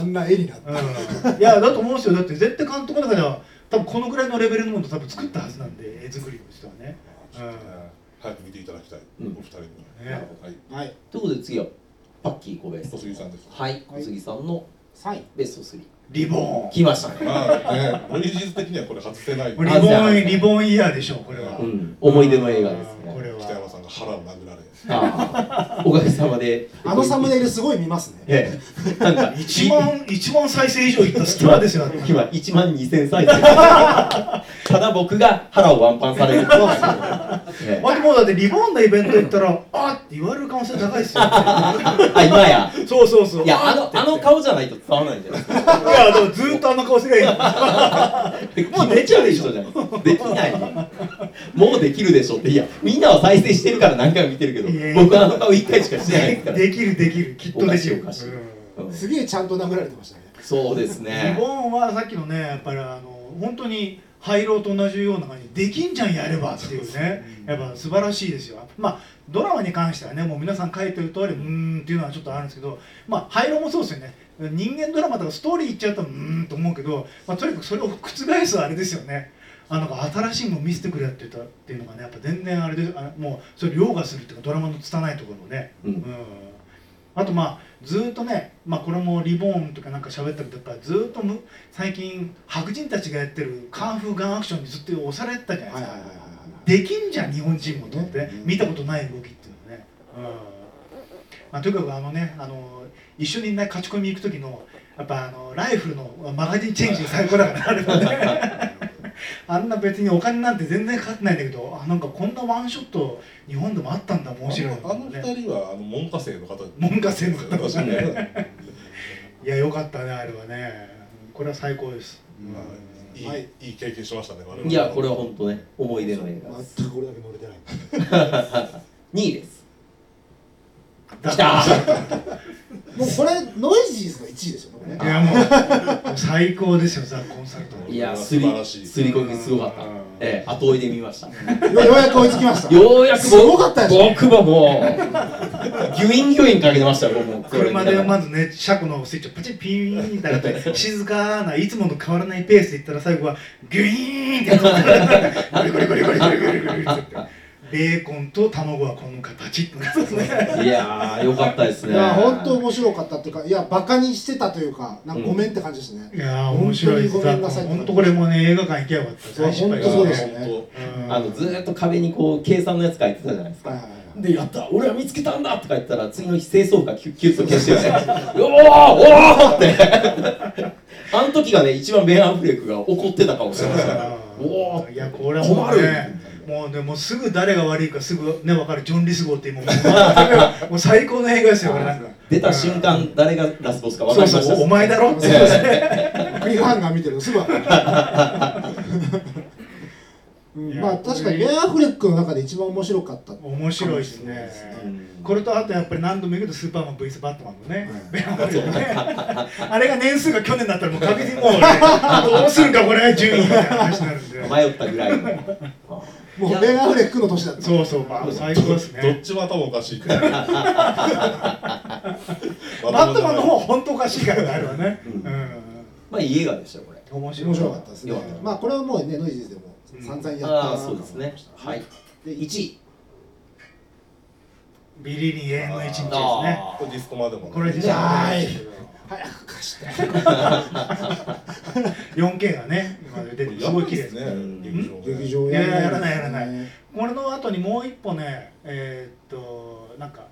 Speaker 1: うん<laughs>
Speaker 4: あんな絵になって
Speaker 2: うん、うん、いやだと思うんですよだって絶対監督の中では多分このぐらいのレベルのもの多分作ったはずなんで絵作りとしてはね
Speaker 3: ちょっとね早く見ていただきたい、
Speaker 1: うん
Speaker 3: お二人には、
Speaker 2: ね
Speaker 3: はい、
Speaker 4: はい
Speaker 1: ということで次はパッキー小林
Speaker 3: 小杉さんです
Speaker 1: はい小杉さんの
Speaker 4: 3位
Speaker 1: ベスト3
Speaker 2: リボ
Speaker 1: 来ましたね
Speaker 3: まあね、オリジンズ的にはこれ外せない
Speaker 2: ンリボンリボンイヤーでしょこれは、
Speaker 1: うん、思い出の映画ですね。
Speaker 2: これは
Speaker 3: 北山さんが腹を殴られ
Speaker 1: ああおかげさまで。
Speaker 4: あのサムネイルすごい見ますね
Speaker 1: ええ、なんか
Speaker 2: 一万一万再生以上いったスターです
Speaker 1: <laughs>
Speaker 2: よ。
Speaker 1: 今1万2000再生。ただ僕が腹をワンパンされる。ええ
Speaker 2: まあ、もうだってリボンのイベント行ったら、 <laughs> あって言われる可能性高いで
Speaker 1: <laughs>
Speaker 2: すよ、
Speaker 1: あ今や。
Speaker 2: そうそうそう。
Speaker 1: いやあのあの顔じゃないと伝わらないんじゃないですか。
Speaker 2: いや、でもずーっとあの顔すりゃいいの。もうできるでしょ
Speaker 1: じゃないできない。もうできるでしょっていやみんなは再生してるから何回も見てるけど
Speaker 2: いやいや
Speaker 1: 僕はあの顔1回しかしてない
Speaker 2: <laughs>
Speaker 1: ですから。
Speaker 2: できるできるきっとできる。
Speaker 1: おかしいおかしい
Speaker 2: うん
Speaker 1: うん
Speaker 4: すげえちゃんと殴られてましたね
Speaker 1: そうです
Speaker 2: リ
Speaker 1: ね。
Speaker 2: ボンはさっきのねやっぱりあの本当に廃炉と同じような感じでできんじゃんやればっていうねやっぱ素晴らしいですよまあドラマに関してはねもう皆さん書いてる通りうーんっていうのはちょっとあるんですけどまあ廃炉もそうですよね人間ドラマとかストーリーいっちゃうとうーんと思うけど、まあ、とにかくそれを覆すあれですよねあなんか新しいのを見せてくれって言ったっていうのがねやっぱ全然あれであもうそれ凌駕するっていうかドラマの拙いところをね
Speaker 1: うん
Speaker 2: うんあとまあずーっとね、まあ、これもリボーンとかなんか喋ったりとかずーっとむ最近白人たちがやってるカンフーガンアクションにずっと押されてたじゃないですか、できんじゃん日本人もと思って、
Speaker 4: うん
Speaker 2: 見たことない動きっていうのね、うんまあ、とにかくあのねあの一緒にね勝ち込み行く時のやっぱあのライフルのマガジンチェンジ最高だからあれはねあんな別にお金なんて全然かかってないんだけどあなんかこんなワンショット日本でもあったんだ面白い
Speaker 3: あのあの
Speaker 2: ね
Speaker 3: 二人はあの門下生の方
Speaker 2: 門下生の方
Speaker 3: 確かにね
Speaker 2: いや良かったねあれはねこれは最高です、
Speaker 3: まあいい、
Speaker 4: はい
Speaker 3: い、い経験しましたね我々
Speaker 1: いやこ
Speaker 2: <laughs>
Speaker 1: れは本当ね思い出の映画です。
Speaker 4: 全く俺だけ乗れてない
Speaker 1: 2位です。
Speaker 2: だ
Speaker 1: きた
Speaker 4: もうこれノイジーズの1位ですよね
Speaker 2: いやもう最高ですよザ・コンサルト
Speaker 1: いや、す
Speaker 3: 素晴ら
Speaker 1: り、
Speaker 3: しい
Speaker 1: すり込みすごかった
Speaker 2: うん。
Speaker 1: ええ、後追いで見ました。よ
Speaker 4: <laughs> よようやく追いつきました
Speaker 1: うやく僕、
Speaker 4: すごかったでしょ
Speaker 1: 僕もも <laughs> う、ギュインギュインかけてましたよ、僕も。
Speaker 2: 車で
Speaker 1: ま
Speaker 2: まずね車庫のスイッチをパチンピーンって上が
Speaker 4: <laughs>
Speaker 2: って静かないつもの変わらないペースでいったら最後はギュイーンってやったゴリゴリゴリゴリゴリゴリゴリゴリってベーコンと卵はこの形ってなってます
Speaker 4: <laughs>
Speaker 2: ね
Speaker 1: いやー、よかったです
Speaker 4: い
Speaker 1: ね。
Speaker 4: や本当面白かったっていうかいやバカにしてたというかなんかごめんって感じですね、
Speaker 2: いやー面白いです
Speaker 4: 本当にごめんなさいって
Speaker 2: 本当これもね映画館行けばよかった
Speaker 4: そう
Speaker 2: 大失
Speaker 3: い
Speaker 2: 敗
Speaker 4: 本
Speaker 3: や
Speaker 4: 当そうですよね
Speaker 3: 本
Speaker 1: あの、ずーっと壁にこう、計算のやつ書いてたじゃないです
Speaker 4: はい
Speaker 1: か。
Speaker 4: はいはい
Speaker 1: でやった俺は見つけたんだとか言ったら次の日清掃部がキュッキュッと消してね <laughs> うおーおーって <laughs> あの時がね一番ベン・アフレックが怒ってたかもしれません <laughs> おー
Speaker 2: いやこれはもうねもうでもすぐ誰が悪いかすぐね分かるジョン・リスゴーって今も
Speaker 4: <laughs>
Speaker 2: うもう最高の映画ですよこれなんか
Speaker 1: 出た瞬間誰がラスボスか分かり
Speaker 2: そ
Speaker 1: ま
Speaker 2: う
Speaker 1: した
Speaker 2: そうお前だろって
Speaker 4: クリフハンガー見てるのすぐ分かる <laughs> うんまあ確かにレアフレックの中で一番面白かった
Speaker 2: 面白いですね
Speaker 1: うん
Speaker 2: これとあとやっぱり何度も言うけどスーパーマン VS バットマンの <laughs> ね、
Speaker 4: う
Speaker 2: あれが年数が去年だったらもう確実にもうねどうするかこれ順位みたいな話になるんで
Speaker 1: 迷ったぐら <laughs> いのあ
Speaker 4: もうレアフレックの年だった
Speaker 2: そうそうまあ最高です
Speaker 3: どっ
Speaker 2: ね
Speaker 3: ちも頭おかしい <laughs> って
Speaker 2: バットマンの方は本当おかしいからねあれはね、
Speaker 1: う
Speaker 2: うんん
Speaker 1: まあいい映画でしたよこれ
Speaker 2: 面白い
Speaker 4: 面白かったですね
Speaker 1: よかった
Speaker 4: まあこれはもうねノイジーズでも散々やった
Speaker 1: ああそうですねはい
Speaker 4: で
Speaker 1: 1
Speaker 4: 1
Speaker 1: 位
Speaker 2: ビリに永遠の一日ですね
Speaker 1: あ
Speaker 3: ディスコまでもね
Speaker 2: これ
Speaker 4: じ
Speaker 2: 実
Speaker 4: ゃ
Speaker 2: は
Speaker 4: あ
Speaker 2: ね
Speaker 4: 早く貸して
Speaker 2: 4K がね今出ててすごい綺麗ですね
Speaker 3: やばいですね
Speaker 4: 劇
Speaker 3: 劇場
Speaker 4: 場
Speaker 2: いややらないやらない
Speaker 4: ね
Speaker 2: これの後にもう一歩ねえーっとなんか、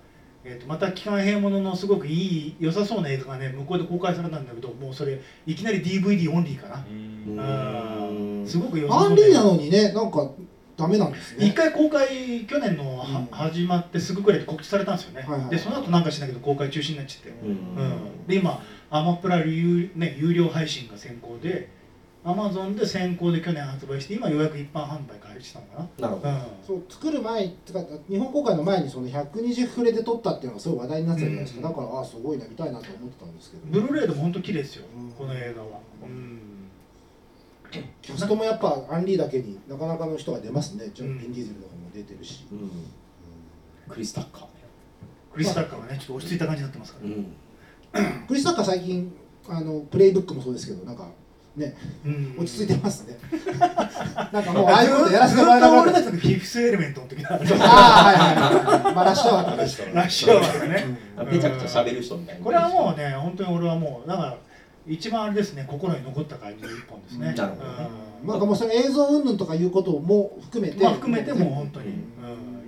Speaker 2: えーっとまた期間編もののすごくいい良さそうな映画がね向こうで公開されたんだけどもうそれいきなり DVD オンリーかな、
Speaker 3: うん
Speaker 2: うんすごく良さ
Speaker 4: ア
Speaker 2: そう
Speaker 4: ン
Speaker 2: な
Speaker 4: リ
Speaker 2: 映
Speaker 4: ーな
Speaker 2: 画
Speaker 4: のにねなんかダメなんです
Speaker 2: 一
Speaker 4: ね
Speaker 2: 回公開去年のは、
Speaker 4: うん
Speaker 2: 始まってすぐくらいで告知されたんですよね、
Speaker 4: はいはい
Speaker 2: でその後なんかしないけど公開中止になっちゃって、
Speaker 1: うん
Speaker 2: うんで今アマプラ有,、ね、有料配信が先行でアマゾンで先行で去年発売して今ようやく一般販売開始したのか
Speaker 1: なるほど
Speaker 2: な、
Speaker 4: そう作る前ってか日本公開の前にその120フレで撮ったっていうのがすごい話題になってたじゃないですか、
Speaker 2: うん
Speaker 4: だからああすごいな見たいなと思ってたんですけ
Speaker 2: うん、
Speaker 4: ど、
Speaker 2: ブルーレイでも本当綺麗ですよ、
Speaker 4: うん
Speaker 2: この映画は、うん
Speaker 4: キャストもやっぱアンリーだけになかなかの人が出ますね、ジョ
Speaker 2: う
Speaker 4: ン・
Speaker 2: ん
Speaker 4: ビン・ディーゼルとかも出てるし、
Speaker 1: うんクリス・タッカーね
Speaker 2: クリス・タッカーがねちょっと落ち着いた感じになってますから、
Speaker 1: うん
Speaker 4: クリス・タッカー最近あのプレイブックもそうですけどなんかね
Speaker 2: うん
Speaker 4: 落ち着いてま
Speaker 2: <laughs>
Speaker 4: すね、なんかもうああいうことやらせてもらえなく
Speaker 2: ず
Speaker 4: な
Speaker 2: っと俺たち
Speaker 4: って
Speaker 2: のフィフスエレメントの時だ
Speaker 4: ああはいはいはいまあラッシュアワーとか
Speaker 3: で
Speaker 4: ね
Speaker 3: した
Speaker 2: ラッシュアワーがね
Speaker 1: あめちゃくちゃ喋る人みたいな
Speaker 2: これはもうね、本当に俺はもう、だから、一番あれですね、心に残った感じの一本ですね。
Speaker 1: なるほどね
Speaker 2: うん
Speaker 4: なんかもうその映像云々とかいうことも含めて、
Speaker 2: まあ、含めてもう本当に、
Speaker 1: う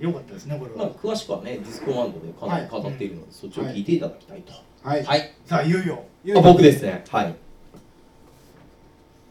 Speaker 2: うん、良かったですね、これ
Speaker 1: まあ
Speaker 2: は。
Speaker 1: 詳しくはねディスコマンドでかなり語っているのでそっちを聞いていただきたいと
Speaker 4: はい、
Speaker 1: はい
Speaker 2: さあ、いよいよ。
Speaker 1: あ僕ですねはい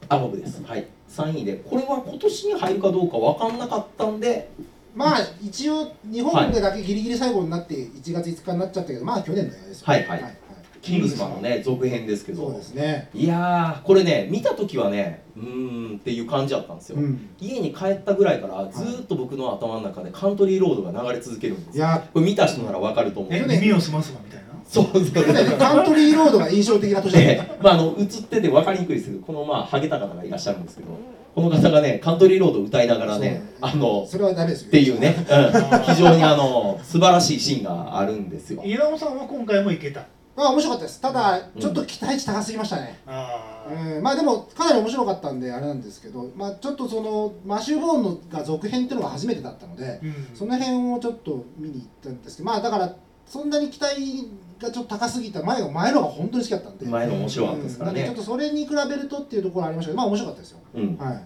Speaker 1: あ僕ですはい3位でこれは今年に入るかどうか分かんなかったんで
Speaker 4: まあ一応日本でだけギリギリ最後になって1月5日になっちゃったけどまあ去年の映画ですよ
Speaker 1: はいはいキングスマンのね続編ですけ
Speaker 4: そう
Speaker 1: ど
Speaker 4: ですね
Speaker 1: いやーこれね見た時はねうーんっていう感じだったんですよ、
Speaker 4: うん
Speaker 1: 家に帰ったぐらいからずーっと僕の頭の中でカントリーロードが流れ続けるんです
Speaker 4: い
Speaker 1: よ
Speaker 4: や
Speaker 1: これ見た人ならわかると思う
Speaker 2: え、
Speaker 4: 去年
Speaker 2: 耳を澄ますわみ <laughs> たいな。
Speaker 1: そうそうそう
Speaker 4: 去年ねカントリーロードが印象的な年だった
Speaker 1: で、まあ、あの映ってて分かりにくいですけどこのまあハゲた方がいらっしゃるんですけどこの方がねカントリーロードを歌いながらね
Speaker 4: そう
Speaker 1: あの
Speaker 4: それはダメですよ
Speaker 1: っていうね、うん非常にあの素晴らしいシーンがあるんですよ。
Speaker 2: 稲尾さんは今回もいけた。
Speaker 4: まあ面白かったですただ
Speaker 1: うん
Speaker 4: ちょっと期待値高すぎましたね、
Speaker 2: ああ。
Speaker 4: うんまあでもかなり面白かったんであれなんですけどまあちょっとそのマシュー・ボーンのが続編っていうのが初めてだったので
Speaker 2: うん
Speaker 4: その辺をちょっと見に行ったんですけどまあだからそんなに期待がちょっと高すぎた前が前のが本当に好きだったんで
Speaker 1: 前の面白かったですから
Speaker 4: うんなん
Speaker 1: ね
Speaker 4: ちょっ。とそれに比べるとっていうところはありましたけど、まあ面白かったですよ。
Speaker 1: うん、
Speaker 4: はい。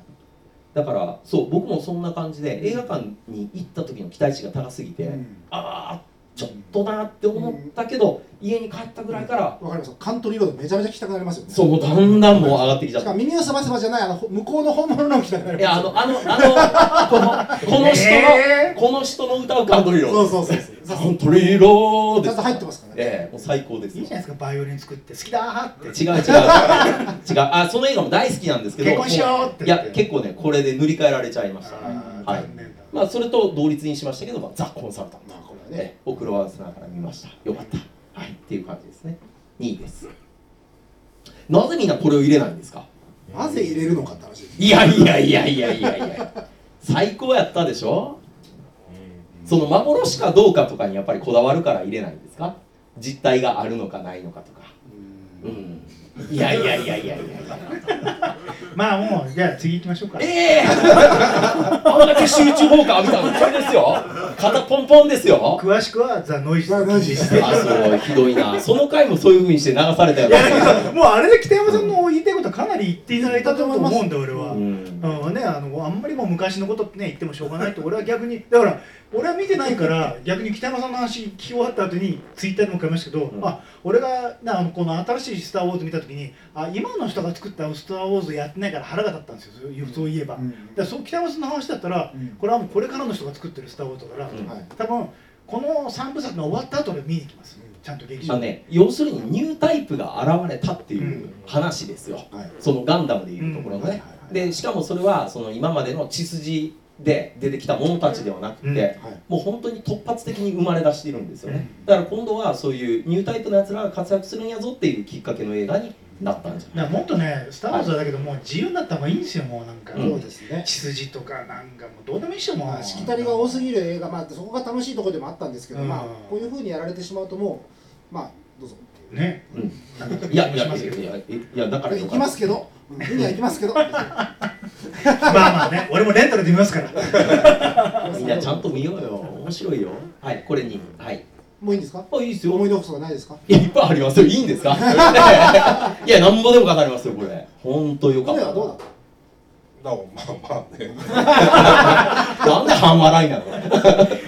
Speaker 1: だからそう僕もそんな感じで映画館に行った時の期待値が高すぎて、
Speaker 4: うん
Speaker 1: ああちょっとなーって思ったけど、家に帰ったぐらいから、
Speaker 4: わかります。カントリーロードめちゃめちゃ聞きたくなりますよね。
Speaker 1: そうもうだんだんもう上がってきちゃ
Speaker 4: し
Speaker 1: っ
Speaker 4: か
Speaker 1: た。
Speaker 4: も耳をすばせばじゃないあのほ向こうの本物のを聞きたくなりま
Speaker 1: い
Speaker 4: す。
Speaker 1: やあのあのあのこのこの人の、
Speaker 2: え
Speaker 1: この人の歌うカントリーロード。
Speaker 4: そうそうそうそう
Speaker 1: カントリーロード
Speaker 4: ち
Speaker 1: で
Speaker 4: ゃん
Speaker 1: す
Speaker 4: と入ってますからね。
Speaker 1: ええもう最高です
Speaker 2: いい
Speaker 1: よ
Speaker 2: じゃないですか、バイオリン作って、好きだーって。
Speaker 1: 違う違う違う <laughs> あその映画も大好きなんですけど
Speaker 2: 結婚しようって
Speaker 1: いや結構ねこれで塗り替えられちゃいましたね
Speaker 2: あー
Speaker 1: はい
Speaker 2: 残念だ。
Speaker 1: まあそれと同率にしましたけど、まあ、ザ・コンサルタント、
Speaker 4: まあこれはね。
Speaker 1: ね、お苦労はしながら見ましたよかったはいっていう感じですね2位ですなぜみんなこれを入れないんですか
Speaker 4: なぜ入れるのかって話です。
Speaker 1: いやいやいやいやいやいや最高やったでしょその幻かどうかとかにやっぱりこだわるから入れないんですか実態があるのかないのかとかうんいやいやいやいやいやいや
Speaker 2: まあもう、じゃあ次行きましょうか。
Speaker 1: ええ <laughs> あんだけ集中砲火浴びたのこれですよ肩ポンポンですよ
Speaker 2: 詳しくはザ・ノイズ。
Speaker 4: ザノイジー
Speaker 1: あそうひどいなその回もそういう風にして流されたよ
Speaker 2: いやだけどもうあれで北山さんの言いたいことはかなり言っていただいたと思うんで俺は、
Speaker 1: う
Speaker 2: うんんね、あのあんまりもう昔のことってね言ってもしょうがないと俺は逆にだから俺は見てないから逆に北山さんの話聞き終わった後にツイッターでも書きましたけど、
Speaker 1: うん
Speaker 2: あ俺がなあのこの新しい「スター・ウォーズ」見た時にあ今の人が作った「スター・ウォーズ」やってないから腹が立ったんですよそういうそういえば、だからそう北山さんの話だったら
Speaker 4: うん
Speaker 2: これはもうこれからの人が作ってる「スター・ウォーズ」だから、
Speaker 1: うん
Speaker 4: はい
Speaker 2: 多分この3部作が終わった後で見に行きますちゃんと劇
Speaker 1: あ
Speaker 2: 場
Speaker 1: のね要するにニュータイプが現れたっていう話ですよ、
Speaker 4: はい
Speaker 1: そのガンダムでいうところのね、
Speaker 4: はいはいはい
Speaker 1: でしかもそれはその今までの血筋で出てきたものたちではなくて、
Speaker 2: うん
Speaker 4: はい
Speaker 1: もう本当に突発的に生まれ出してるんですよね、
Speaker 2: う
Speaker 1: だから今度はそういうニュータイプのやつらが活躍するんやぞっていうきっかけの映画になったんじゃ
Speaker 2: だ
Speaker 1: な
Speaker 2: か
Speaker 1: い
Speaker 2: らもっとね「スター・ウォーズ」はだけどもう自由になった方がいいんですよもうなんか、
Speaker 1: うん
Speaker 4: そうですね
Speaker 2: 血筋とかなんかもうどうでもいいっしょもう、
Speaker 4: まあ、しきたりが多すぎる映画、まあ、そこが楽しいところでもあったんですけど、
Speaker 2: うん
Speaker 4: まあ、こういうふうにやられてしまうともう、まあ、どうぞ。
Speaker 2: ね
Speaker 1: うん
Speaker 2: なんか
Speaker 1: いやい
Speaker 2: 気
Speaker 1: や
Speaker 2: が
Speaker 1: い
Speaker 2: し
Speaker 1: や
Speaker 2: ますけど
Speaker 1: いやいやだから
Speaker 4: 行きますけど、うん海は行きますけど。
Speaker 2: まあまあね俺もレンタルで見ますから <laughs>
Speaker 1: みんなちゃんと見ようよ面白いよはいこれにはい
Speaker 4: もういいんですか。
Speaker 1: あいいですよ
Speaker 4: 思い出すことないですか。
Speaker 1: いやいっぱいありますよいいんですか <laughs> いやなんぼでも語りますよこれ本当よかっ
Speaker 4: 声
Speaker 1: た
Speaker 4: はどうだった。
Speaker 3: だからまあまあね
Speaker 1: なんで半笑いなの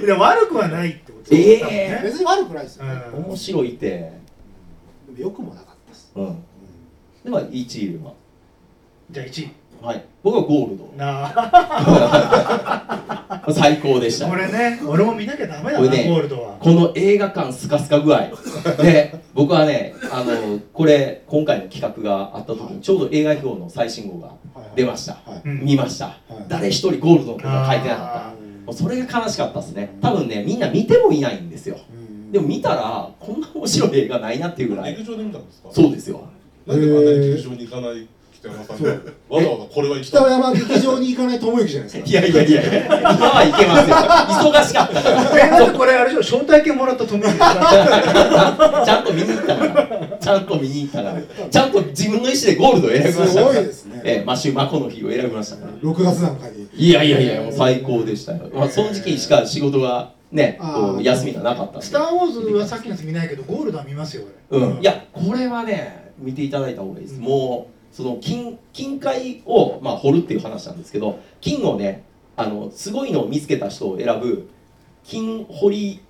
Speaker 2: でも悪くはないってこと
Speaker 1: え
Speaker 2: え
Speaker 4: 別に悪くないですよ、ね
Speaker 2: うん
Speaker 1: 面白いって
Speaker 4: でも良くもなかったです。
Speaker 1: うん
Speaker 4: う
Speaker 1: では1位は
Speaker 2: じゃあ1位
Speaker 1: はい僕はゴー
Speaker 2: <laughs>
Speaker 1: ルド
Speaker 2: なあ
Speaker 1: 最高でした
Speaker 2: これね俺も見なきゃダメだ
Speaker 1: これ
Speaker 2: な、
Speaker 1: ね
Speaker 2: ゴールドは
Speaker 1: この映画館スカスカ具合で僕はねあのこれ今回の企画があった時にちょうど映画表の最新号が
Speaker 4: んはいはい
Speaker 1: 出ました、
Speaker 4: はい
Speaker 2: うん
Speaker 1: 見ました、誰一人ゴールドのことは書いてなかったもうそれが悲しかったですね多分ねみんな見てもいないんですよ
Speaker 4: うん
Speaker 1: でも見たらこんな面白い映画ないなっていうぐらい
Speaker 3: 陸上で見たんですか
Speaker 1: そうですよ
Speaker 3: なんであんなに劇場に行かない北山さんが
Speaker 4: そ
Speaker 3: わ
Speaker 4: う
Speaker 3: ざわざこれは行き
Speaker 4: 北
Speaker 3: たい
Speaker 4: 山劇場に行かない友之じゃないですか。
Speaker 1: いやいやいやいや今はいけますよ忙しかったから
Speaker 2: えだってこれあれでしょ招待券もらったと思うけど
Speaker 1: ちゃんと見に行ったから、ちゃんと見に行ったから、ちゃんと自分の意思でゴールドを選びまし
Speaker 4: す
Speaker 1: たか
Speaker 4: ごい
Speaker 1: ら、
Speaker 4: ですね。
Speaker 1: ええマシュー・マコの日を選びましたから、
Speaker 4: 6月なんかに。
Speaker 1: いやいやいや、もう最高でしたよ、まあ、その時期しか仕事がね、こ
Speaker 4: あー
Speaker 1: う休みがなかったんで
Speaker 2: スター・ウォーズはさっきのやつ見ないけどゴールドは見ますよ俺
Speaker 1: うん、いや、これはね、見ていただいた方がいいです、
Speaker 2: うん
Speaker 1: もう、その金金塊を、まあ、掘るっていう話なんですけど、金をね、あのすごいのを見つけた人を選ぶ、金掘り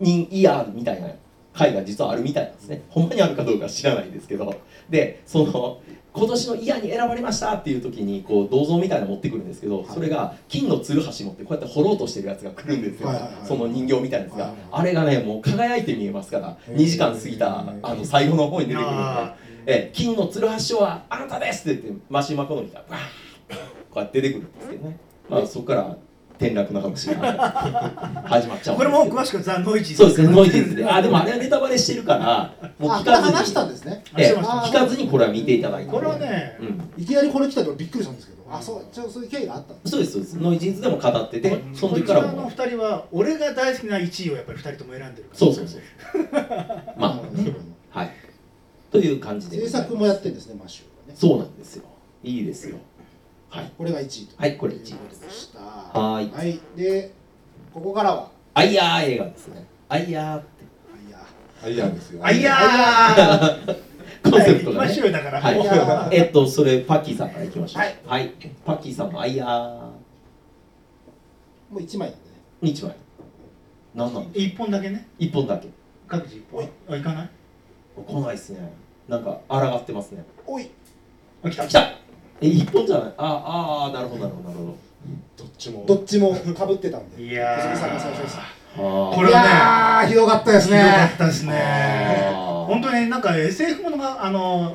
Speaker 1: 人イヤーみたいな会が実はあるみたいなんですね、ほんまにあるかどうか知らないですけど、で、その、今年のイヤーに選ばれましたっていう時にこう銅像みたいなの持ってくるんですけど、
Speaker 4: い
Speaker 1: それが金のつるはし持ってこうやって掘ろうとしてるやつが来るんですよ、
Speaker 4: はいはいはい
Speaker 1: その人形みたいなやつが、
Speaker 4: はいはい
Speaker 1: あれがねもう輝いて見えますから
Speaker 4: へー
Speaker 1: 2時間過ぎたあの最後の方に出てくるんで
Speaker 2: あ
Speaker 1: 「ええ金の鶴橋はあなたです!」って言ってマシュマコノミがバーッこうやって出てくるんですけどね、まあ、そこから転落の話が <laughs> 始まっちゃ
Speaker 2: ー
Speaker 1: うん
Speaker 2: こ
Speaker 1: で
Speaker 2: れ
Speaker 1: す
Speaker 2: も
Speaker 1: けど
Speaker 2: 詳しくはザ・ノイジー
Speaker 1: そうですねノイジーズであでもあれはネタバレしてるからもう
Speaker 4: あ、
Speaker 1: 聞
Speaker 4: これ
Speaker 1: かずに
Speaker 4: 話したんですね。
Speaker 1: ええ
Speaker 2: 話してま
Speaker 4: し
Speaker 1: 聞
Speaker 4: た
Speaker 1: かずにこれは見ていただいて
Speaker 2: これはね
Speaker 1: うん
Speaker 4: いきなりこれ来たとびっくりしたんですけど。あ、そう、ちょ、そういう経緯があったんです。
Speaker 1: そうですそうですノイジーズでも語っててその
Speaker 2: こ
Speaker 1: 時
Speaker 2: ち
Speaker 1: から
Speaker 2: らの
Speaker 1: もう
Speaker 2: 2人は俺が大好きな1位をやっぱり2人とも選んでるから
Speaker 1: そうそうそうま
Speaker 4: な
Speaker 1: あ
Speaker 4: <laughs> るほどなるほど
Speaker 1: はいという感じで
Speaker 4: 制作もやってるんですね、マッシュがね。
Speaker 1: そうなんですよいいですよはい
Speaker 4: これが1位と。
Speaker 1: はいこれ1位
Speaker 4: とでした。
Speaker 1: は
Speaker 4: は
Speaker 1: ーい
Speaker 4: はい。で、ここからは、
Speaker 1: アイヤー映画ですねアイヤーって
Speaker 4: いや、
Speaker 3: アイアンですよ
Speaker 2: あいやー
Speaker 1: コンセプトが
Speaker 2: 真っ
Speaker 1: ね
Speaker 2: 白いだから、
Speaker 1: はい
Speaker 4: アイヤー
Speaker 1: えっとそれパッキーさんからいきましょう
Speaker 4: はい、
Speaker 1: パッキーさんのアイヤー
Speaker 4: もう1枚なんでね。
Speaker 1: 一枚何なんで
Speaker 2: 一本だけね
Speaker 1: 一本だけ
Speaker 2: 各自一本あ行かない
Speaker 1: 来ないですねなんか抗ってますね
Speaker 4: おい、
Speaker 2: あ来た
Speaker 1: 来たえ一本じゃないああーなるほどなるほどなるほ
Speaker 3: どっちも
Speaker 4: どっちも被ってたんで。
Speaker 2: いやー
Speaker 4: 小杉さんが最初でした。
Speaker 1: どあー
Speaker 2: これ
Speaker 4: い
Speaker 2: はね
Speaker 4: やー、ひどかったですね。
Speaker 2: ひどかったですね
Speaker 1: あー
Speaker 2: 本当になんか SF ものがあの
Speaker 4: はい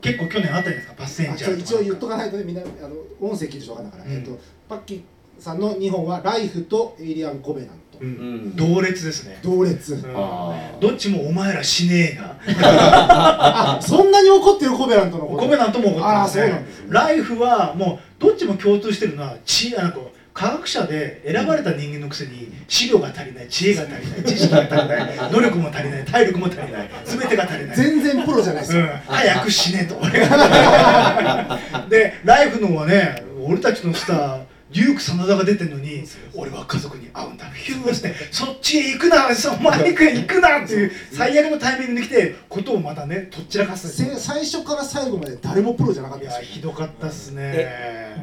Speaker 2: 結構去年あったじゃないですかパッセン
Speaker 4: あ
Speaker 2: ジ
Speaker 4: ちょ
Speaker 2: ャーとか
Speaker 4: 一応言っとかないとね、みんなあの音声切る人がだから、
Speaker 2: うん
Speaker 4: えっと、パッキーさんの2本は「ライフ」と「エイリアン・コベナント
Speaker 2: う」ん
Speaker 1: ん
Speaker 2: 同列ですね、
Speaker 4: 同列、
Speaker 2: うん
Speaker 1: あー
Speaker 2: どっちもお前ら死ねえが
Speaker 4: あそんなに怒ってるコベナントのこ
Speaker 2: コ
Speaker 4: と
Speaker 2: ベナントも怒ってます
Speaker 4: あーそうなん
Speaker 2: ね
Speaker 4: ですね
Speaker 2: ライフはもうどっちも共通してるのは知あのこう科学者で選ばれた人間のくせに資料が足りない知恵が足りない知識が足りない努力も足りない体力も足りない全てが足りない
Speaker 4: 全然プロじゃないです
Speaker 2: う
Speaker 4: よ、
Speaker 2: ん、早く死ねと俺がでライフのはね俺たちのスターデューク真田が出てるのに俺は家族に会うんだみヒューして「そっちへ行くなお前行く行くな」っていう最悪のタイミングで来てことをまたねとっちらかすっていう
Speaker 4: せ最初から最後まで誰もプロじゃなかっ
Speaker 2: い
Speaker 4: たで
Speaker 2: や
Speaker 4: す
Speaker 2: ひど
Speaker 4: よ、
Speaker 2: かったっすね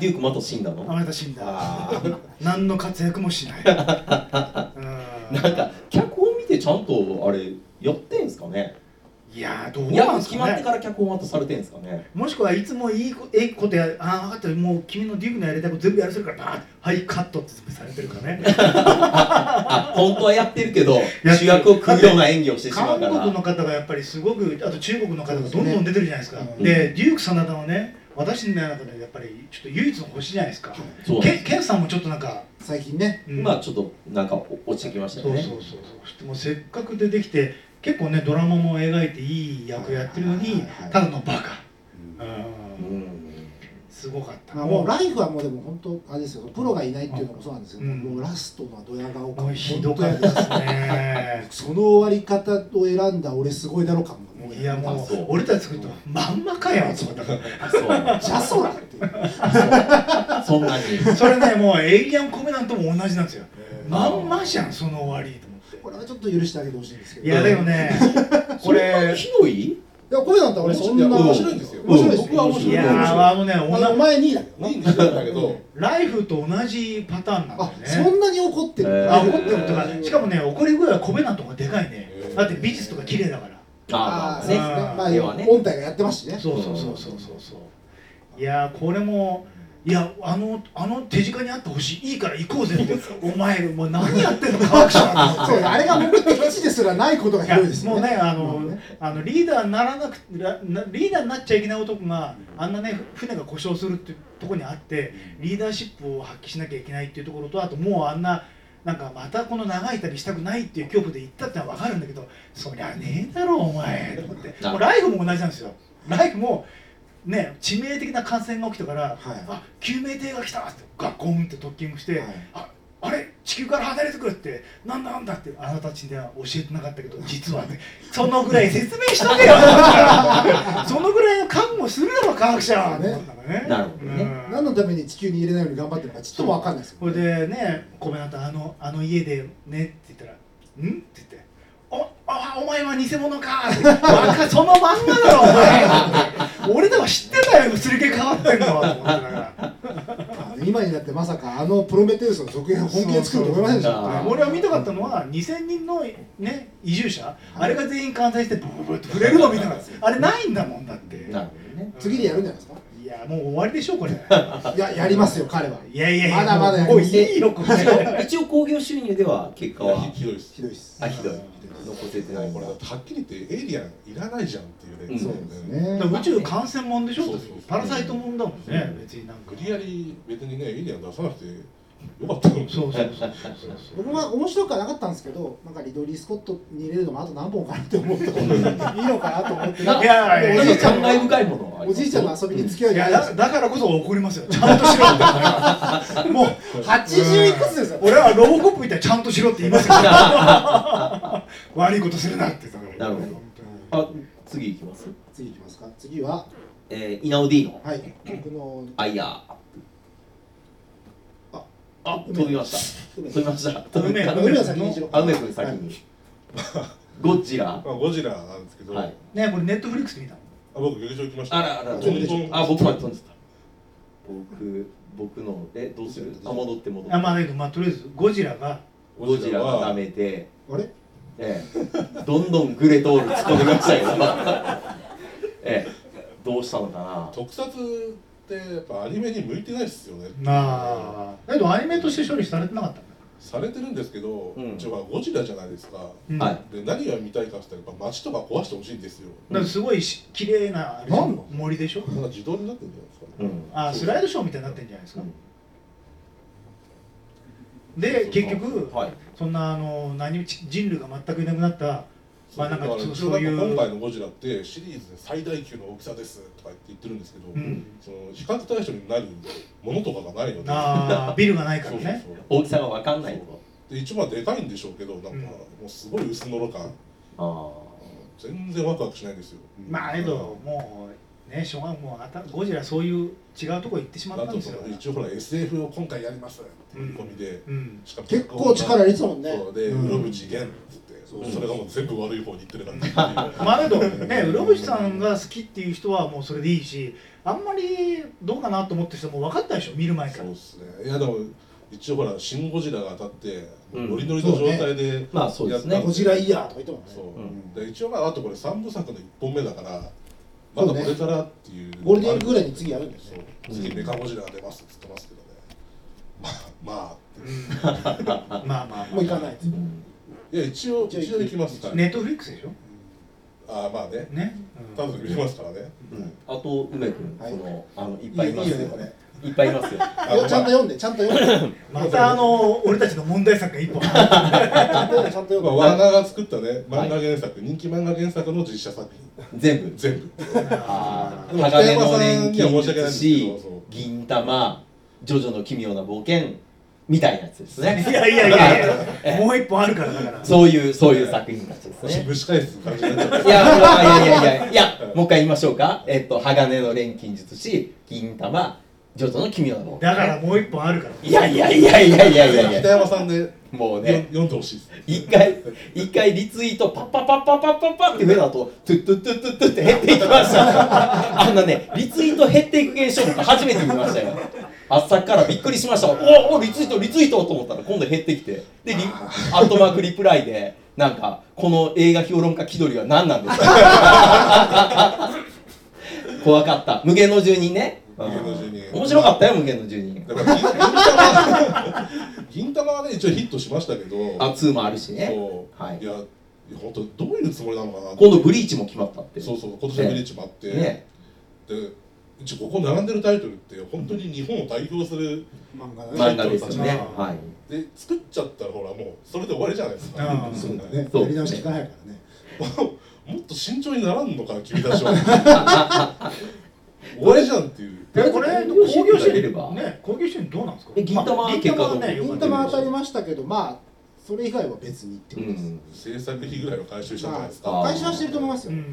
Speaker 1: デュークまた死んだ
Speaker 2: あ
Speaker 1: の
Speaker 2: なた死んだ
Speaker 1: あー
Speaker 2: 何の活躍も
Speaker 1: <laughs>
Speaker 2: しないうん
Speaker 1: なんか脚本見てちゃんとあれやってんすかね
Speaker 2: いやーどう
Speaker 1: いや
Speaker 2: なんです
Speaker 1: 決
Speaker 2: か
Speaker 1: まって
Speaker 2: ね
Speaker 1: から脚本渡されてんすかね
Speaker 2: もしくはいつもいいこええことやああ分かったもう君のデュークのやりたいこと全部やらせるからバーッはいカットって全部されてるからね
Speaker 1: あ本当はやってるけど
Speaker 2: る
Speaker 1: 主役を食うような演技をしてしま
Speaker 2: 韓
Speaker 1: うか
Speaker 2: 国
Speaker 1: ら
Speaker 2: の方がやっぱりすごくあと中国の方がどんどん出てるじゃないですか
Speaker 4: そうです
Speaker 1: ね
Speaker 2: でデューク真田はね私の中でやっぱりちょっと唯一の星じゃないですか
Speaker 1: そうなんで
Speaker 2: ケ
Speaker 1: す
Speaker 2: ンケンさんもちょっとなんか、
Speaker 4: 最近ね、
Speaker 2: うん
Speaker 1: まあちょっとなんかお落ちてきました
Speaker 2: そ
Speaker 1: よ
Speaker 2: うそう
Speaker 1: ね
Speaker 2: そうそうもうせっかく出てきて結構ねドラマも描いていい役やってるの
Speaker 4: はい
Speaker 2: に
Speaker 4: はいはいはい
Speaker 2: ただのバカう
Speaker 1: うんん
Speaker 2: すごかった
Speaker 4: まあ、もうライフはもうでも本当あれですよプロがいないっていうのもそうなんですけど、
Speaker 2: うん
Speaker 4: もうラストのドヤ顔
Speaker 2: もう
Speaker 4: 感
Speaker 2: ひどかったで
Speaker 4: <laughs>
Speaker 2: すね
Speaker 4: その終わり方を選んだ俺すごいだろ感がもう
Speaker 2: いやも
Speaker 1: あそう
Speaker 2: う俺たち作るとまんまかよと思ったから
Speaker 1: そう
Speaker 4: じゃそらっていう
Speaker 1: そんなに
Speaker 2: それねもうエイリアンコメントも同じなんですよまんまじゃんその終わりと思って
Speaker 4: これはちょっと許してあげてほしいんですけど
Speaker 2: いやだよね
Speaker 4: <laughs>
Speaker 2: これ
Speaker 1: ひどい
Speaker 4: いやこういうのだったら俺そんな
Speaker 1: や
Speaker 3: 面白いんですよ
Speaker 4: 面白いです
Speaker 3: 僕は面白
Speaker 2: い
Speaker 3: い
Speaker 2: や
Speaker 3: と思うんです
Speaker 2: ーあのねお
Speaker 4: お前お
Speaker 2: な
Speaker 4: 前2位だけど
Speaker 3: いい
Speaker 4: なん
Speaker 3: ですよだけど
Speaker 2: ライフと同じパターンなんだよ
Speaker 4: あ
Speaker 2: ね
Speaker 4: そんなに怒ってる、
Speaker 1: えー
Speaker 2: あ怒ってるとか
Speaker 1: え
Speaker 2: しかもね怒り声はコベナントがでかいね
Speaker 3: えー
Speaker 2: だって美術とか綺麗だから
Speaker 1: あ
Speaker 4: あ
Speaker 1: ー
Speaker 4: あ
Speaker 1: まあ
Speaker 4: ね
Speaker 1: ね
Speaker 4: ま
Speaker 1: 絵は
Speaker 4: あ、
Speaker 1: ね
Speaker 4: 音体がやってますしね
Speaker 2: そうそうそうそうそうそういやーこれもいやあのあの手近にあってほしいいいから行こうぜってお前もう何やってんの科学者だと思っ
Speaker 4: そ
Speaker 2: て
Speaker 4: うあれが目的地ですらないことが
Speaker 2: いや
Speaker 4: 広いですよ
Speaker 2: もうねあの、
Speaker 4: まあね
Speaker 2: あのリーダーにならなくらなリーダーになっちゃいけない男があんなねふ船が故障するってとこにあってリーダーシップを発揮しなきゃいけないっていうところとあともうあんななんかまたこの長い旅したくないっていう恐怖で行ったってのは分かるんだけどそりゃねえだろお前と思ってもうライフも同じなんですよライフもね致命的な感染が起きたから、あ救命艇が来たってガコンって突進して、
Speaker 4: はい
Speaker 2: ああれ地球から離れてくるってなんだなんだってあなたたちには教えてなかったけど実はねそのぐらい説明しとけよ
Speaker 1: <laughs>
Speaker 2: そのぐらいの覚悟するだろ科学者は
Speaker 4: ね
Speaker 2: ね
Speaker 1: なるほどね
Speaker 2: うん
Speaker 4: 何のために地球に入れないように頑張ってるのかちょっとも分かんないです
Speaker 2: これでね「コメントあのあの家でね」って言ったら「ん?」って言って「おあお前は偽物か」わかそのまんまだろお
Speaker 1: <laughs>
Speaker 2: 前」俺でも知ってたよすり替変わってんのはと思ってだから。
Speaker 4: 今になってまさかあのプロメテウスの続編を本気で作ると思いませんでし
Speaker 1: そうそう
Speaker 4: た
Speaker 1: そう
Speaker 2: 俺は見たかったのは2000人の、ね、移住者、あれが全員完成してブブブブって触れるのみたいなあれないんだもんだって
Speaker 1: なるほどね
Speaker 4: 次でやるんじゃないです
Speaker 2: いやもう終わりでしょこれ
Speaker 4: かいややりますよ彼はい
Speaker 2: やいやいや
Speaker 4: まだまだやり
Speaker 2: もう
Speaker 4: ます
Speaker 2: いいよこれ
Speaker 1: 一応興行収入では結果
Speaker 3: いや
Speaker 1: は
Speaker 3: ひひどいです
Speaker 4: ひどいです
Speaker 1: あひどい残せてないん
Speaker 3: こ
Speaker 1: だ
Speaker 3: れだってはっきり言ってエイリアンいらないじゃんっていう
Speaker 1: うん
Speaker 3: ね
Speaker 4: そうですね
Speaker 2: 宇宙感染もんでしょ
Speaker 3: そうそうそう
Speaker 2: パラサイトもんだもんね別になんか
Speaker 3: 無理やり別にねエイリアン出さなくてよかったのに
Speaker 2: そうそう
Speaker 1: <laughs>
Speaker 2: そうそうそう
Speaker 4: 僕も面白くはなかったんですけどなんかリドリー・スコットに入れるのもあと何本かなって思うといいのかなと思って
Speaker 2: いやいやいや
Speaker 4: おじいちゃん
Speaker 1: 感慨
Speaker 4: の
Speaker 1: 深いものはあり
Speaker 4: お
Speaker 1: ます
Speaker 4: じいちゃんの遊びに付き合う
Speaker 2: い
Speaker 4: じゃ
Speaker 2: や
Speaker 4: ないです
Speaker 2: だだからこそ怒りますよちゃんとしろってだからもう
Speaker 4: か80いくつですよ
Speaker 2: 俺はロボコップみたいにちゃんとしろって言いますけど悪いことするなって言ったか
Speaker 1: な
Speaker 2: ら
Speaker 1: るほどあ次いきます
Speaker 4: 次いきますか次は
Speaker 1: えー、イナオディーノ
Speaker 4: はい僕の
Speaker 1: アイヤー
Speaker 4: あ
Speaker 1: あ飛びました
Speaker 4: 梅
Speaker 1: 飛びました飛び
Speaker 2: 梅
Speaker 1: ま
Speaker 4: 梅
Speaker 1: し
Speaker 4: は先にしろ
Speaker 1: たあ梅君先にゴジラ
Speaker 3: まあ、ゴジラなんですけど、
Speaker 1: はい
Speaker 2: ねこれネットフリックスで見たの
Speaker 3: あ僕劇場行きました
Speaker 1: あらあらあら
Speaker 3: トントン
Speaker 1: あ僕まで飛んでた僕僕のえどうするあ戻って戻って
Speaker 2: あまあだけどまあとりあえずゴジラが
Speaker 1: ゴジラが舐めて
Speaker 4: あれ
Speaker 1: ええ、どんどんグレトール突っ込んできましたけど、 <laughs> ええ、どうしたのかな
Speaker 3: 特撮ってやっぱアニメに向いてないっすよね
Speaker 2: まあだけどアニメとして処理されてなかったんだ
Speaker 3: されてるんですけど、
Speaker 1: うん
Speaker 3: 一応まあゴジラじゃないですか、
Speaker 2: うん
Speaker 1: はい
Speaker 3: で何が見たいかって言ったらやっぱ街とか壊してほしいんですよ
Speaker 2: だからすごいし綺麗なあれでしょ
Speaker 4: なんの
Speaker 2: 森でしょ
Speaker 3: なんか自動になってるんじゃないですか、
Speaker 1: うん
Speaker 2: あスライドショーみたいになってんじゃないですか、
Speaker 3: そ
Speaker 2: で
Speaker 3: う
Speaker 2: 結局、
Speaker 1: はい
Speaker 2: そんなあの何ち人類が全くいなくなったまあなんか
Speaker 3: だから
Speaker 2: そう
Speaker 3: 一応
Speaker 2: そういう
Speaker 3: なんか今回の「ゴジラ」ってシリーズで最大級の大きさですとか言って言ってるんですけど、
Speaker 2: うん
Speaker 3: その比較対象になるものとかがないので
Speaker 2: あービルがないから
Speaker 3: そう
Speaker 2: ね
Speaker 3: そう
Speaker 1: 大きさが分かんないと
Speaker 3: そうで一番でかいんでしょうけどなんか
Speaker 2: うん
Speaker 3: もうすごい薄のろ感
Speaker 1: あ
Speaker 3: 全然ワクワクしないんですよ
Speaker 2: まあだけどもうねしょうがもうあたゴジラそういう違うとこ行ってしま
Speaker 3: な
Speaker 2: っ
Speaker 3: ん
Speaker 2: たん
Speaker 3: と
Speaker 2: です
Speaker 3: そ
Speaker 2: よ
Speaker 3: の一応ほら SF を今回やりますっていう込みで、
Speaker 2: うん
Speaker 3: しかも
Speaker 4: 結構力入れてたもんね
Speaker 3: そうで、
Speaker 4: うん
Speaker 3: うろぶち源っつってそれがもう全部悪い方にいってるなんていう
Speaker 2: まあだけどね浦口さんが好きっていう人はもうそれでいいしあんまりどうかなと思ってる人はもう分かったでしょ見る前か
Speaker 3: そ
Speaker 2: ら
Speaker 3: うですねいやでも一応ほら「シン・ゴジラ」が当たって、
Speaker 1: うん
Speaker 3: ノリノリの状態で、
Speaker 1: まあそうですね
Speaker 3: やったん
Speaker 4: ゴジライヤーとか言ってもんね
Speaker 3: そう、
Speaker 1: ん
Speaker 3: で一応まああとこれ三部作の一本目だからまだこれからっていう
Speaker 4: ゴールデンウィークぐらいに次やるんです
Speaker 3: そう
Speaker 4: よ
Speaker 3: 次メカゴジラが出ますって言ってますけどねまあま
Speaker 2: まあまあま
Speaker 4: もう行かないです
Speaker 3: あいや一応一応行きますか
Speaker 2: あ
Speaker 3: ら、
Speaker 2: ネットフリックスでしょ
Speaker 3: ああまあね
Speaker 2: ね、う
Speaker 3: 多
Speaker 2: ん
Speaker 3: 分見れますからね
Speaker 1: うんあと梅君、
Speaker 4: はい
Speaker 1: そのあのいっぱいいます
Speaker 4: いいよいいよね
Speaker 1: いっぱいい
Speaker 3: <laughs>
Speaker 1: ますよ。
Speaker 3: あ
Speaker 4: いやちゃんと読んでちゃんと読んでち
Speaker 2: またあの俺たちの問題作が一本あ
Speaker 4: ゃんと読んでちゃんと読んで
Speaker 3: まあ、ワーナーが作ったね漫画原作、人気漫画原作の実写作品
Speaker 1: 全部。
Speaker 3: 全部
Speaker 1: あ
Speaker 3: でも
Speaker 1: ー鋼の錬
Speaker 3: 北山さんに
Speaker 1: 金
Speaker 3: は申し訳ないん
Speaker 1: 術
Speaker 3: ですけ
Speaker 1: 師
Speaker 3: どそう、
Speaker 1: 銀魂、ジョジョの奇妙な冒険みたいなやつですね。
Speaker 3: <laughs>
Speaker 2: る <laughs> いやいやいやいやもう一本あるからだから
Speaker 1: そういうそういう作品たちですね。
Speaker 3: 蒸し返す感じになっちゃう
Speaker 1: いや、これはいやいやいやいや、もう一回言いましょうか。えっと、鋼の錬金術師、銀魂、ジョジョの奇妙な冒険。
Speaker 2: だからもう一本あるから
Speaker 1: いやいやいやいやいやいやい
Speaker 3: 北
Speaker 1: や。
Speaker 3: 山さんで、
Speaker 1: もう
Speaker 3: よ
Speaker 1: ね、
Speaker 3: 読んでほしいです
Speaker 1: 一回、一回リツイート、パッパッパッパッパッパッパッって増えた後、トゥットゥットゥットゥットゥって減っていきました。あんなね、リツイート減っていく現象僕初めて見ましたよ。朝からびっくりしました。おお、リツイート、リツイートと思ったら今度減ってきて。で、リアットマークリプライで、なんか、この映画評論家気取りは何なんですか怖かった。無限の住人ね。
Speaker 3: 無限の住人
Speaker 1: 面白かったよ、無限の住人。
Speaker 3: だから銀魂銀魂はね一応ヒットしましたけど
Speaker 1: あ、2もあるしね。
Speaker 3: そう、
Speaker 1: はい
Speaker 3: いや本当どういうつもりなのかなって
Speaker 1: 今度ブリーチも決まったって。
Speaker 3: そうそう今年のブリーチもあって、
Speaker 1: ね。
Speaker 3: でうちここ並んでるタイトルって本当に日本を代表する
Speaker 4: 漫画だ
Speaker 1: 漫
Speaker 4: ね
Speaker 1: 画ですよね。
Speaker 2: あー
Speaker 1: はい。
Speaker 3: で作っちゃったらほらもうそれで終わりじゃないですか
Speaker 2: あー
Speaker 4: そうだね
Speaker 1: そう
Speaker 4: やり直し聞かないからね
Speaker 3: <laughs> もっと慎重にならんのか君たちは <laughs> 終わりじゃんっていう
Speaker 2: でこれ
Speaker 1: 興行収入
Speaker 2: 興行
Speaker 1: が
Speaker 2: 収
Speaker 1: 出れ
Speaker 2: 入
Speaker 1: ば
Speaker 2: ね興行収入どうなんですか
Speaker 1: え銀魂
Speaker 2: まあ
Speaker 1: 結果どう
Speaker 2: 銀魂はね良か
Speaker 4: 銀
Speaker 2: った
Speaker 4: 玉当たりましたけどまあそれ以外は別にって
Speaker 1: う
Speaker 4: ことです、
Speaker 1: ん。
Speaker 3: 制作費ぐらいは回収したんじゃないです
Speaker 1: あ
Speaker 3: か
Speaker 1: ー
Speaker 4: 会社はしてると思いますよ、
Speaker 2: うん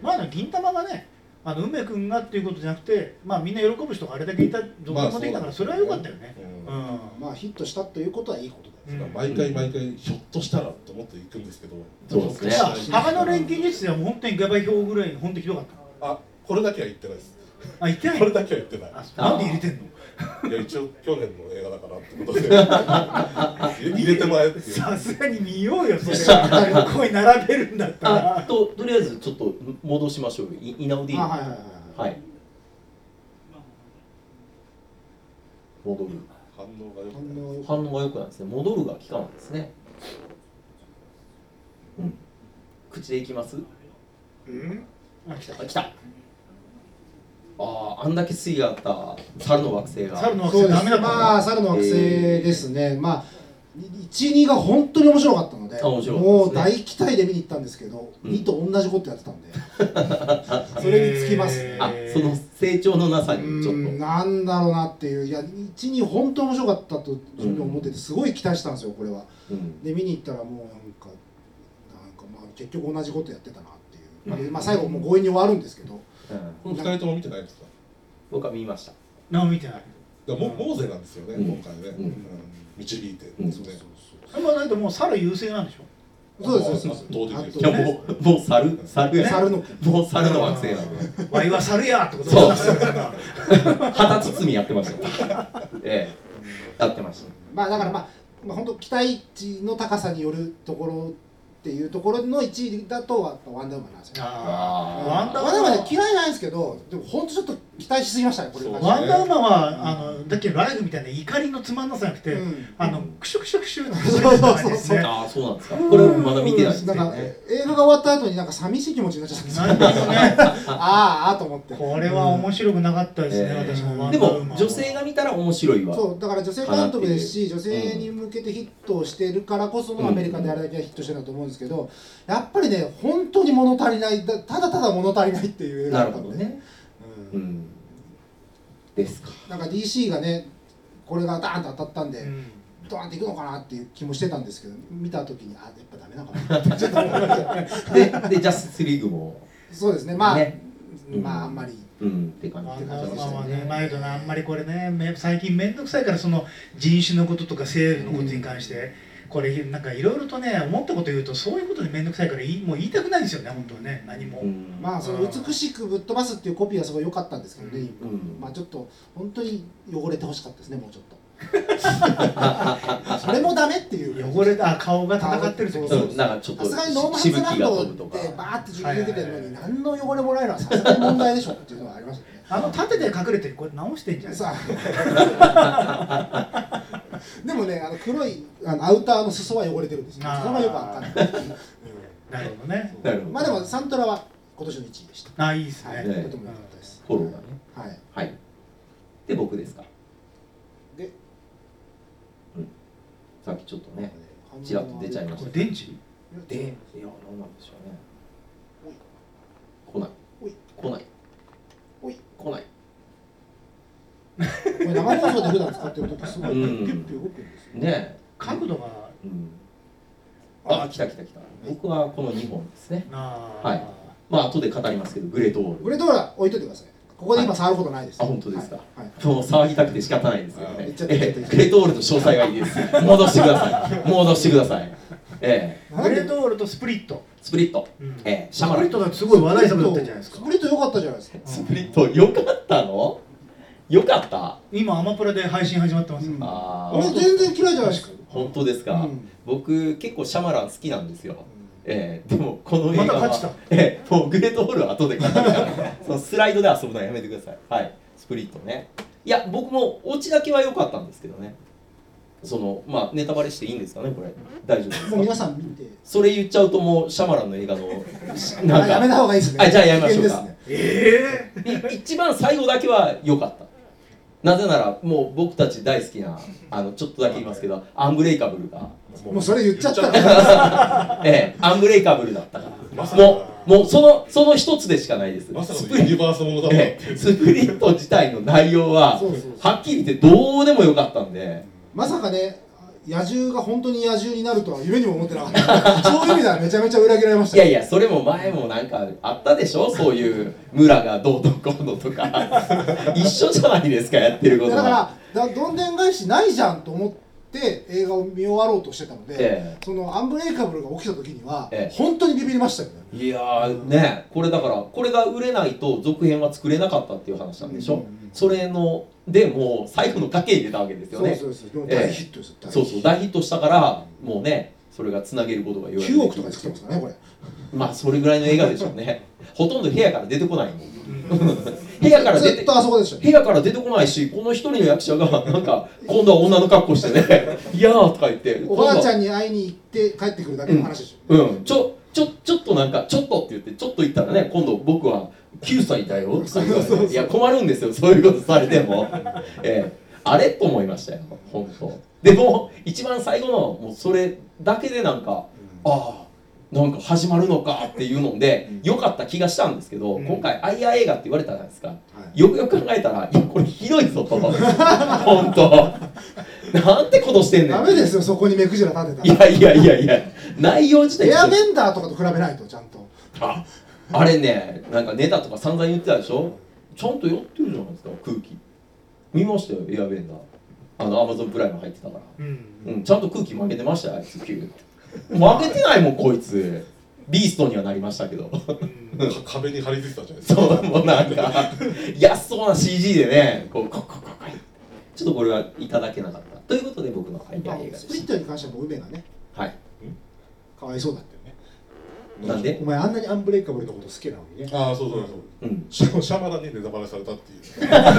Speaker 2: まあでも銀魂がねあの梅君がっていうことじゃなくてまあみんな喜ぶ人があれだけいたどこもできたからそれは良かったよね
Speaker 3: うん
Speaker 2: うん
Speaker 4: まあヒットしたということはいいことだよ、
Speaker 2: うん
Speaker 3: 毎回毎回ひょっとしたらと思って行くんですけど
Speaker 1: そうですね
Speaker 2: いや幅の錬金術ではもう本当にガバ表ぐらいに本当にひどかった
Speaker 3: あこれだけは言ってないです
Speaker 2: あ行ってない
Speaker 3: これだけは言ってない
Speaker 2: あなんで入れてんの
Speaker 3: いや一応去年の映画だからってことで入れてまえっていう
Speaker 2: さすがに見ようよそれは声並べるんだった
Speaker 1: あ
Speaker 2: ら
Speaker 1: ととりあえずちょっと戻しましょうよ。いイナウディー
Speaker 4: あ
Speaker 1: ノ
Speaker 4: はいはいはいはい
Speaker 1: はい。戻る。
Speaker 3: 反応が良く
Speaker 4: 反
Speaker 3: ない
Speaker 4: 応
Speaker 1: 反応が良くないですね。戻るが効かないですね。うん。口でいきます。
Speaker 2: うんあ来た
Speaker 1: あ、来た。ああ、あんだけ水があった猿の惑星が。
Speaker 2: 猿の惑
Speaker 4: そう
Speaker 2: 星
Speaker 4: で
Speaker 2: ダメだった
Speaker 4: すまあ猿の惑星ですね、まあ12が本当に面白かったので
Speaker 1: あ面白かったですね
Speaker 4: もう大期待で見に行ったんですけど、
Speaker 1: うん
Speaker 4: 2と同じことやってたんでそれにつきますね
Speaker 1: あ、その成長のなさ
Speaker 4: う
Speaker 1: にちょっ
Speaker 4: んなんだろうなっていういや12本当に面白かったと自分で思っててすごい期待したんですよこれは
Speaker 1: と。うん。
Speaker 4: で見に行ったらもうなんかなんかまあ結局同じことやってたなっていう、でまあ、最後もう強引に終わるんですけど
Speaker 1: うん。
Speaker 3: この二人とも見てないですか
Speaker 1: 僕は見ました。
Speaker 2: 何も見てない
Speaker 3: だからモモーゼなんですよね、
Speaker 1: うん
Speaker 3: 今回ね、
Speaker 1: うん
Speaker 3: うん導いてるんですよね、
Speaker 2: まあだけどもう猿優勢なんでしょ
Speaker 4: そうですそうです
Speaker 3: どうでもいいです
Speaker 1: いや
Speaker 4: あとね
Speaker 1: もう、もう猿、猿や。
Speaker 4: 猿の
Speaker 1: もう猿の惑星なんで。
Speaker 2: わいは猿やってこと
Speaker 1: そう
Speaker 2: だ
Speaker 1: 旗包みやってました。ええ、やってました。
Speaker 4: まあだからまあ、まあ、本当期待値の高さによるところっていうところの1位だとはやっぱワンダーウーマンなんですよ。
Speaker 2: あー
Speaker 1: あー
Speaker 2: ワンダー
Speaker 4: ワンダ
Speaker 2: ウー
Speaker 4: ーウーマ
Speaker 2: マ
Speaker 4: ン
Speaker 2: ン
Speaker 4: ね嫌いじゃないんですけど、でも本当ちょっと期待しすぎましたねこれ
Speaker 3: そう
Speaker 2: ワンダーウーマンは、
Speaker 4: うん
Speaker 2: あのだっけライフみたいな怒りのつまんなさじゃなくて、
Speaker 4: うん
Speaker 2: あのクシュクシュクシュって崩れてたんですね。
Speaker 1: ああ、そうなんですか。これまだ見てないです
Speaker 4: なん
Speaker 1: よ
Speaker 2: <laughs>
Speaker 4: か
Speaker 1: ね。
Speaker 4: 映画が終わった後になんか寂しい気持ちになっちゃったんですよ。
Speaker 2: なんですね。
Speaker 4: あーあーと思って。
Speaker 2: これは面白くなかったですね。
Speaker 1: ええ
Speaker 2: 私もワン
Speaker 1: で
Speaker 2: ダーウー
Speaker 1: も
Speaker 2: マンは。
Speaker 1: 女性が見たら面白いわ。
Speaker 4: そうだから女性監督ですし
Speaker 1: かな
Speaker 4: 女
Speaker 1: っていう
Speaker 4: 性に向けてヒットをしてるからこそ
Speaker 1: うん
Speaker 4: のアメリカであれだけヒットしてるんだと思うんですけど、やっぱりね本当に物足りないだただただ物足りないっていう映画
Speaker 1: なる
Speaker 4: だった
Speaker 1: ほ
Speaker 4: の
Speaker 1: ど
Speaker 4: で、
Speaker 1: ね。
Speaker 4: う
Speaker 1: うんん。ですか。
Speaker 4: なんか DC がねこれがダーンと当たったんで、
Speaker 2: うん
Speaker 4: ドーンっていくのかなっていう気もしてたんですけど見た時にあやっぱダメなのかなってちょっと思っ
Speaker 1: で、
Speaker 4: て <laughs>
Speaker 1: で、ジャスティスリーグも。
Speaker 4: そうですねまあ
Speaker 1: ね
Speaker 4: まあ
Speaker 1: うん
Speaker 4: あんまり
Speaker 1: うんって感
Speaker 2: まあ
Speaker 1: じって感じでし
Speaker 2: まあ
Speaker 1: た
Speaker 2: まあ
Speaker 1: よ
Speaker 2: ね
Speaker 1: ね。
Speaker 2: マイルドなあんまりこれねめ最近面倒くさいからその人種のこととか政府のことに関して、これなんかいろいろとね思ったこと言うとそういうことで面倒くさいからいもう言いたくないですよね本当はね何も、
Speaker 1: うん
Speaker 4: まあその美しくぶっ飛ばすっていうコピーはすごい良かったんですけどね、
Speaker 1: うん
Speaker 4: まあちょっと本当に汚れてほしかったですねもうちょ
Speaker 1: <laughs>
Speaker 4: っとそれもダメっていう
Speaker 2: 汚れたあ顔が戦ってるってこ
Speaker 4: そう
Speaker 2: と
Speaker 4: そう
Speaker 1: うん、なんかちょっ
Speaker 4: さ
Speaker 1: と
Speaker 4: すがにノーマン
Speaker 1: し
Speaker 4: ズ
Speaker 1: ぶ
Speaker 4: ラ
Speaker 1: き
Speaker 4: ン
Speaker 1: が飛ぶと
Speaker 4: ドっ
Speaker 1: か
Speaker 4: てバーって自分で出てるのに何の汚れもないのはさすがに問題でしょっていうのはあり
Speaker 1: <laughs>
Speaker 4: ましたね
Speaker 2: あの縦で隠れてるこれ直してんじゃない
Speaker 4: さあでもねあの黒いあのアウターの裾は汚れてるんですよ
Speaker 2: あー
Speaker 4: それはよくわかんない、
Speaker 2: なるほどね
Speaker 1: なるほど
Speaker 4: まあでもサントラは今年の1位でし
Speaker 2: あいいです
Speaker 4: た、
Speaker 2: ね、
Speaker 4: はい
Speaker 1: ね
Speaker 4: とても良かったです、
Speaker 1: フォローがね。
Speaker 4: はい
Speaker 1: はい。で僕ですか。
Speaker 4: で
Speaker 1: さっきちょっとね、ちらっと出ちゃいまし
Speaker 2: こ
Speaker 1: た
Speaker 2: れ
Speaker 1: けど。
Speaker 2: 電池
Speaker 1: で、いやどうなんでしょうね。来
Speaker 4: おい
Speaker 1: ない。
Speaker 4: おい
Speaker 1: 来ない。
Speaker 4: おい
Speaker 1: 来ない。
Speaker 4: これ生放送で普段使ってる時すごいピュッピュッピュ動くんですよ、
Speaker 1: ねえ。
Speaker 2: 角度が
Speaker 1: うん。あ、来た来た来た。僕はこの2本ですね。
Speaker 2: なあ、
Speaker 1: はいまあ後で語りますけど、グレートウォール。
Speaker 4: これどうだ置いといてくださいここで今触ることないです、
Speaker 1: あ本当ですか
Speaker 4: はい、
Speaker 1: もう騒ぎたくて仕方ないですけど
Speaker 3: あ
Speaker 1: ね
Speaker 4: 言っちゃ。って言っちゃ
Speaker 1: え
Speaker 4: っ
Speaker 1: え
Speaker 4: て
Speaker 1: グレートウォールの詳細はいいです。戻してください。戻してください。ええ
Speaker 4: はい
Speaker 2: グレートウォールとスプリット、
Speaker 1: スプリット。
Speaker 2: うん
Speaker 1: ええシ
Speaker 2: ス
Speaker 1: ャマ
Speaker 2: プ
Speaker 1: ラ
Speaker 2: リ
Speaker 1: ン
Speaker 2: ットがすごい話題作だったじゃないですか
Speaker 4: スプリット良かったじゃないですか
Speaker 1: スプリット良かったの？良かった。
Speaker 2: 今アマプラで配信始まってます、
Speaker 4: うん
Speaker 1: あ
Speaker 4: 俺
Speaker 1: あ、
Speaker 4: 全然嫌いじゃないですか
Speaker 1: 本当ですか
Speaker 4: うん。
Speaker 1: 僕結構シャマラン好きなんですよ。ええでもこの映
Speaker 2: ま
Speaker 1: 画
Speaker 2: た勝ち
Speaker 1: は
Speaker 2: た、
Speaker 1: ええもうグレートホールは後で語るから、 <laughs> そのスライドで遊ぶのはやめてください。はい、スプリットね。いや僕もオチだけは良かったんですけどね。そのまあネタバレしていいんですかねこれ大丈夫です
Speaker 4: もう皆
Speaker 1: か。
Speaker 4: さん見て
Speaker 1: それ言っちゃうともうシャマランの映画のしなん
Speaker 4: <laughs>
Speaker 1: か
Speaker 4: あやめた方がいいですね
Speaker 1: あじゃあやめましょうか
Speaker 4: 危険ですね
Speaker 2: ええ
Speaker 1: い <laughs> 一番最後だけは良かったなぜならもう僕たち大好きなあのちょっとだけ言いますけどアンブレイカブルが、
Speaker 4: もうそれ言っちゃった
Speaker 3: 言
Speaker 4: ら
Speaker 3: っちゃっ
Speaker 4: <laughs>
Speaker 1: ええ、アンブレイカブルだったか
Speaker 3: まさ
Speaker 1: ら
Speaker 3: か
Speaker 1: もうもうそのその一つでしかないです、
Speaker 3: まさ
Speaker 1: ス
Speaker 3: か
Speaker 1: プ
Speaker 3: の
Speaker 1: リ
Speaker 3: ユ
Speaker 1: ッ
Speaker 3: ニ
Speaker 1: ト
Speaker 3: バースものだなって
Speaker 1: ええスプリット自体の内容は
Speaker 4: そうそうそう
Speaker 1: はっきり言ってどうでもよかったんで
Speaker 4: まさかね野獣が本当に野獣になるとは夢にも思ってなかったそういう意味ではめちゃめちゃ裏切られました
Speaker 1: いやいやそれも前もなんかあったでしょそういう村がどうのこうのと
Speaker 4: <laughs>
Speaker 1: か一緒じゃないですかやってること
Speaker 4: だか
Speaker 1: は。
Speaker 4: らだどんでん返しないじゃんと思って映画を見終わろうとしてたので、
Speaker 1: え
Speaker 4: そのアンブレイカブルが起きた時には、
Speaker 1: ええ
Speaker 4: 本当にビビりましたよね
Speaker 1: いやーねこれだからこれが売れないと続編は作れなかったっていう話なんでしょ、
Speaker 4: うんうんうん
Speaker 1: それのでもう最後の賭け入れたわけですよね
Speaker 4: そうそうそうでも
Speaker 1: ええ
Speaker 4: 大ヒットですよ、大ヒ
Speaker 1: そ
Speaker 4: ッ
Speaker 1: う
Speaker 4: ト
Speaker 1: そう大ヒットしたからもうねそれがつなげることがようやくでき
Speaker 4: 9
Speaker 1: る
Speaker 4: 億とかで作ってますからねこれ
Speaker 1: まあそれぐらいの映画でしょう
Speaker 4: <laughs>
Speaker 1: ねほとんど部屋から出てこないもん部屋から出
Speaker 4: ずってとあそこでしたよ
Speaker 1: 部屋から出てこないしこの一人の役者がなんか今度は女の格好してね <laughs> 「いやー」とか言って
Speaker 4: おばあちゃ
Speaker 1: ん
Speaker 4: んに会いに行って帰ってくるだけの話でしょ、
Speaker 1: うんちょちょちょっとなんか「ちょっと」って言ってちょっと言ったらね今度僕は9歳だよ
Speaker 4: そうそうそう
Speaker 1: いや困るんですよそういうことされても、 <laughs> ええあれと思いましたよ本当でも一番最後のもうそれだけでなんか、ああなんか始まるのかっていうので良かった気がしたんですけど、
Speaker 2: うん
Speaker 1: 今回アイアー映画って言われたじゃないですか、
Speaker 4: はい
Speaker 1: よくよく考えたらいやこれひどいぞと <laughs> 本当なんてことしてんねん
Speaker 4: ダメですよそこに目くじら立
Speaker 1: い
Speaker 4: てたら
Speaker 1: やいやいやいや内容自体
Speaker 4: エアベンダーとかと比べないとちゃんと
Speaker 1: ああれねなんかネタとか散々言ってたでしょちゃんとやってるじゃないですか空気見ましたよエアベンダーあのアマゾンプライム入ってたから、
Speaker 2: うん
Speaker 1: うん、ちゃんと空気負けてましたよあいつキューって負けてないもんこいつビーストにはなりましたけど
Speaker 2: うん
Speaker 3: か壁に張り付いてたじゃないですか
Speaker 1: そうもうなんか安そうな CG でねこうコッコッコッコッちょっとこれはいただけなかったということで僕のアイデア映画で
Speaker 4: スプリ
Speaker 1: し
Speaker 4: ットに関してはもう梅がね
Speaker 1: たはい
Speaker 4: かわいそうだったよね
Speaker 1: なんで
Speaker 4: お前あんなにアンブレイカブルのこと好きなのにね
Speaker 3: ああそうそうそう
Speaker 1: うん
Speaker 3: シャシャバラにネタバレされたっていう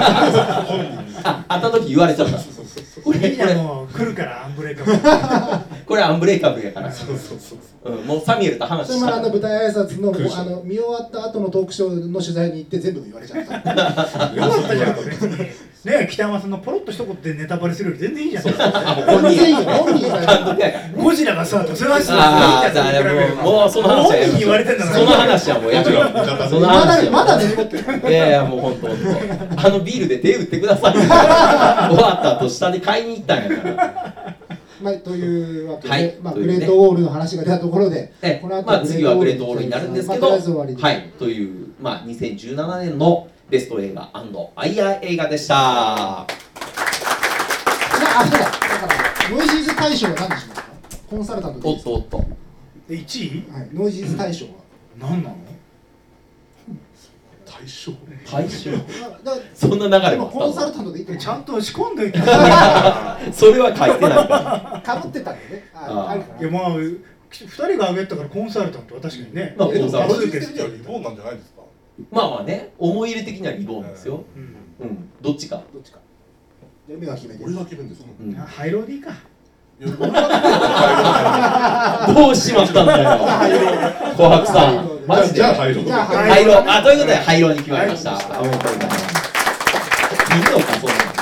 Speaker 3: 本人に
Speaker 1: あ会った時言われちゃった
Speaker 3: そうそうそう
Speaker 1: これ
Speaker 2: いい
Speaker 1: こ
Speaker 2: な
Speaker 1: れ
Speaker 2: もう来るからアンブレイカブル
Speaker 1: <laughs>
Speaker 2: あ
Speaker 1: これアンブレイカブルやから、
Speaker 3: そうそうそう
Speaker 1: うん、もうサミュエルと話
Speaker 4: そ
Speaker 1: し
Speaker 4: れま
Speaker 1: た
Speaker 4: であの舞台挨拶の
Speaker 3: 苦しい
Speaker 4: あの見終わった後のトークショーの取材に行って全部言われちゃった
Speaker 2: ったじゃん別にね北山さんのポロッと一言でネタバレするより全然いいじゃん
Speaker 1: あもう
Speaker 4: 本
Speaker 1: <laughs> 本人
Speaker 4: 人
Speaker 1: 監
Speaker 4: 本人
Speaker 1: 督やから
Speaker 2: ゴジラがさとそういう話
Speaker 1: ああ、
Speaker 2: す
Speaker 1: じゃあ
Speaker 2: るのいいじゃん
Speaker 1: で
Speaker 2: 比べれば
Speaker 1: も、もうその話はやめまし
Speaker 2: 本人に言
Speaker 1: ょ
Speaker 2: われてんだ
Speaker 1: う。
Speaker 2: から
Speaker 1: その話はもうやめよう。その
Speaker 4: ま
Speaker 1: 話は
Speaker 4: だまだ
Speaker 1: も
Speaker 4: 根に持ってる
Speaker 1: う。いやいや、もう本当、本当。あのビールで手打ってください。終わった後、下で買いに行ったんやから。
Speaker 4: まあ、というわけで、
Speaker 1: はい
Speaker 4: まあ、
Speaker 1: とい
Speaker 4: グ
Speaker 1: うね
Speaker 4: レートウォールの話が出たところで、
Speaker 1: <laughs> え
Speaker 4: この後
Speaker 1: まあ、次はグレートオールになるんですけど。
Speaker 4: まあとりあえず終わりで
Speaker 1: はい、という、まあ、2017年のベスト映画アイアー映画でした
Speaker 4: あそうだだからノイジーズ大賞は何でしょうかコンサルタントでいい
Speaker 1: お
Speaker 4: で
Speaker 1: っ
Speaker 4: すか
Speaker 1: とおっと
Speaker 2: え1位
Speaker 4: はい、ノイジーズ大賞は
Speaker 1: <laughs>
Speaker 2: 何なの
Speaker 3: 大将
Speaker 1: 大賞
Speaker 4: だだ
Speaker 1: そんな流れ
Speaker 4: でも
Speaker 1: も
Speaker 4: コ
Speaker 1: あっ
Speaker 4: ンサ
Speaker 1: た
Speaker 4: ル
Speaker 1: の
Speaker 4: タントでいい
Speaker 2: え
Speaker 4: と
Speaker 2: ちゃ
Speaker 4: か
Speaker 2: んと仕込んどいていや
Speaker 1: それは書いてないから
Speaker 4: ぶってたんでね
Speaker 1: あー
Speaker 4: ああるから
Speaker 2: まあ2人が挙げたからコンサルタントは確かにね、
Speaker 1: まあ
Speaker 3: えで
Speaker 1: コ
Speaker 3: も
Speaker 1: ンサルタ
Speaker 3: マ
Speaker 1: ント
Speaker 2: 多数
Speaker 3: ジ的
Speaker 2: 決
Speaker 3: にはリボンなんじゃないですか
Speaker 1: まあまあね思い入れ的にはリボンですよ
Speaker 2: うん
Speaker 1: うんどっちか
Speaker 4: どっちかじゃあ目が決めて
Speaker 3: 俺が決めるんですか
Speaker 1: うん
Speaker 2: あハイローディーか
Speaker 3: いや俺が決めるのは
Speaker 1: どうしまったん
Speaker 3: <laughs>
Speaker 1: だよ琥珀さんマジで
Speaker 3: じゃあ入ろう
Speaker 4: じゃあ入ろう
Speaker 1: 灰色あということで灰色に決まりましたおめでとうございますいいのかそんなの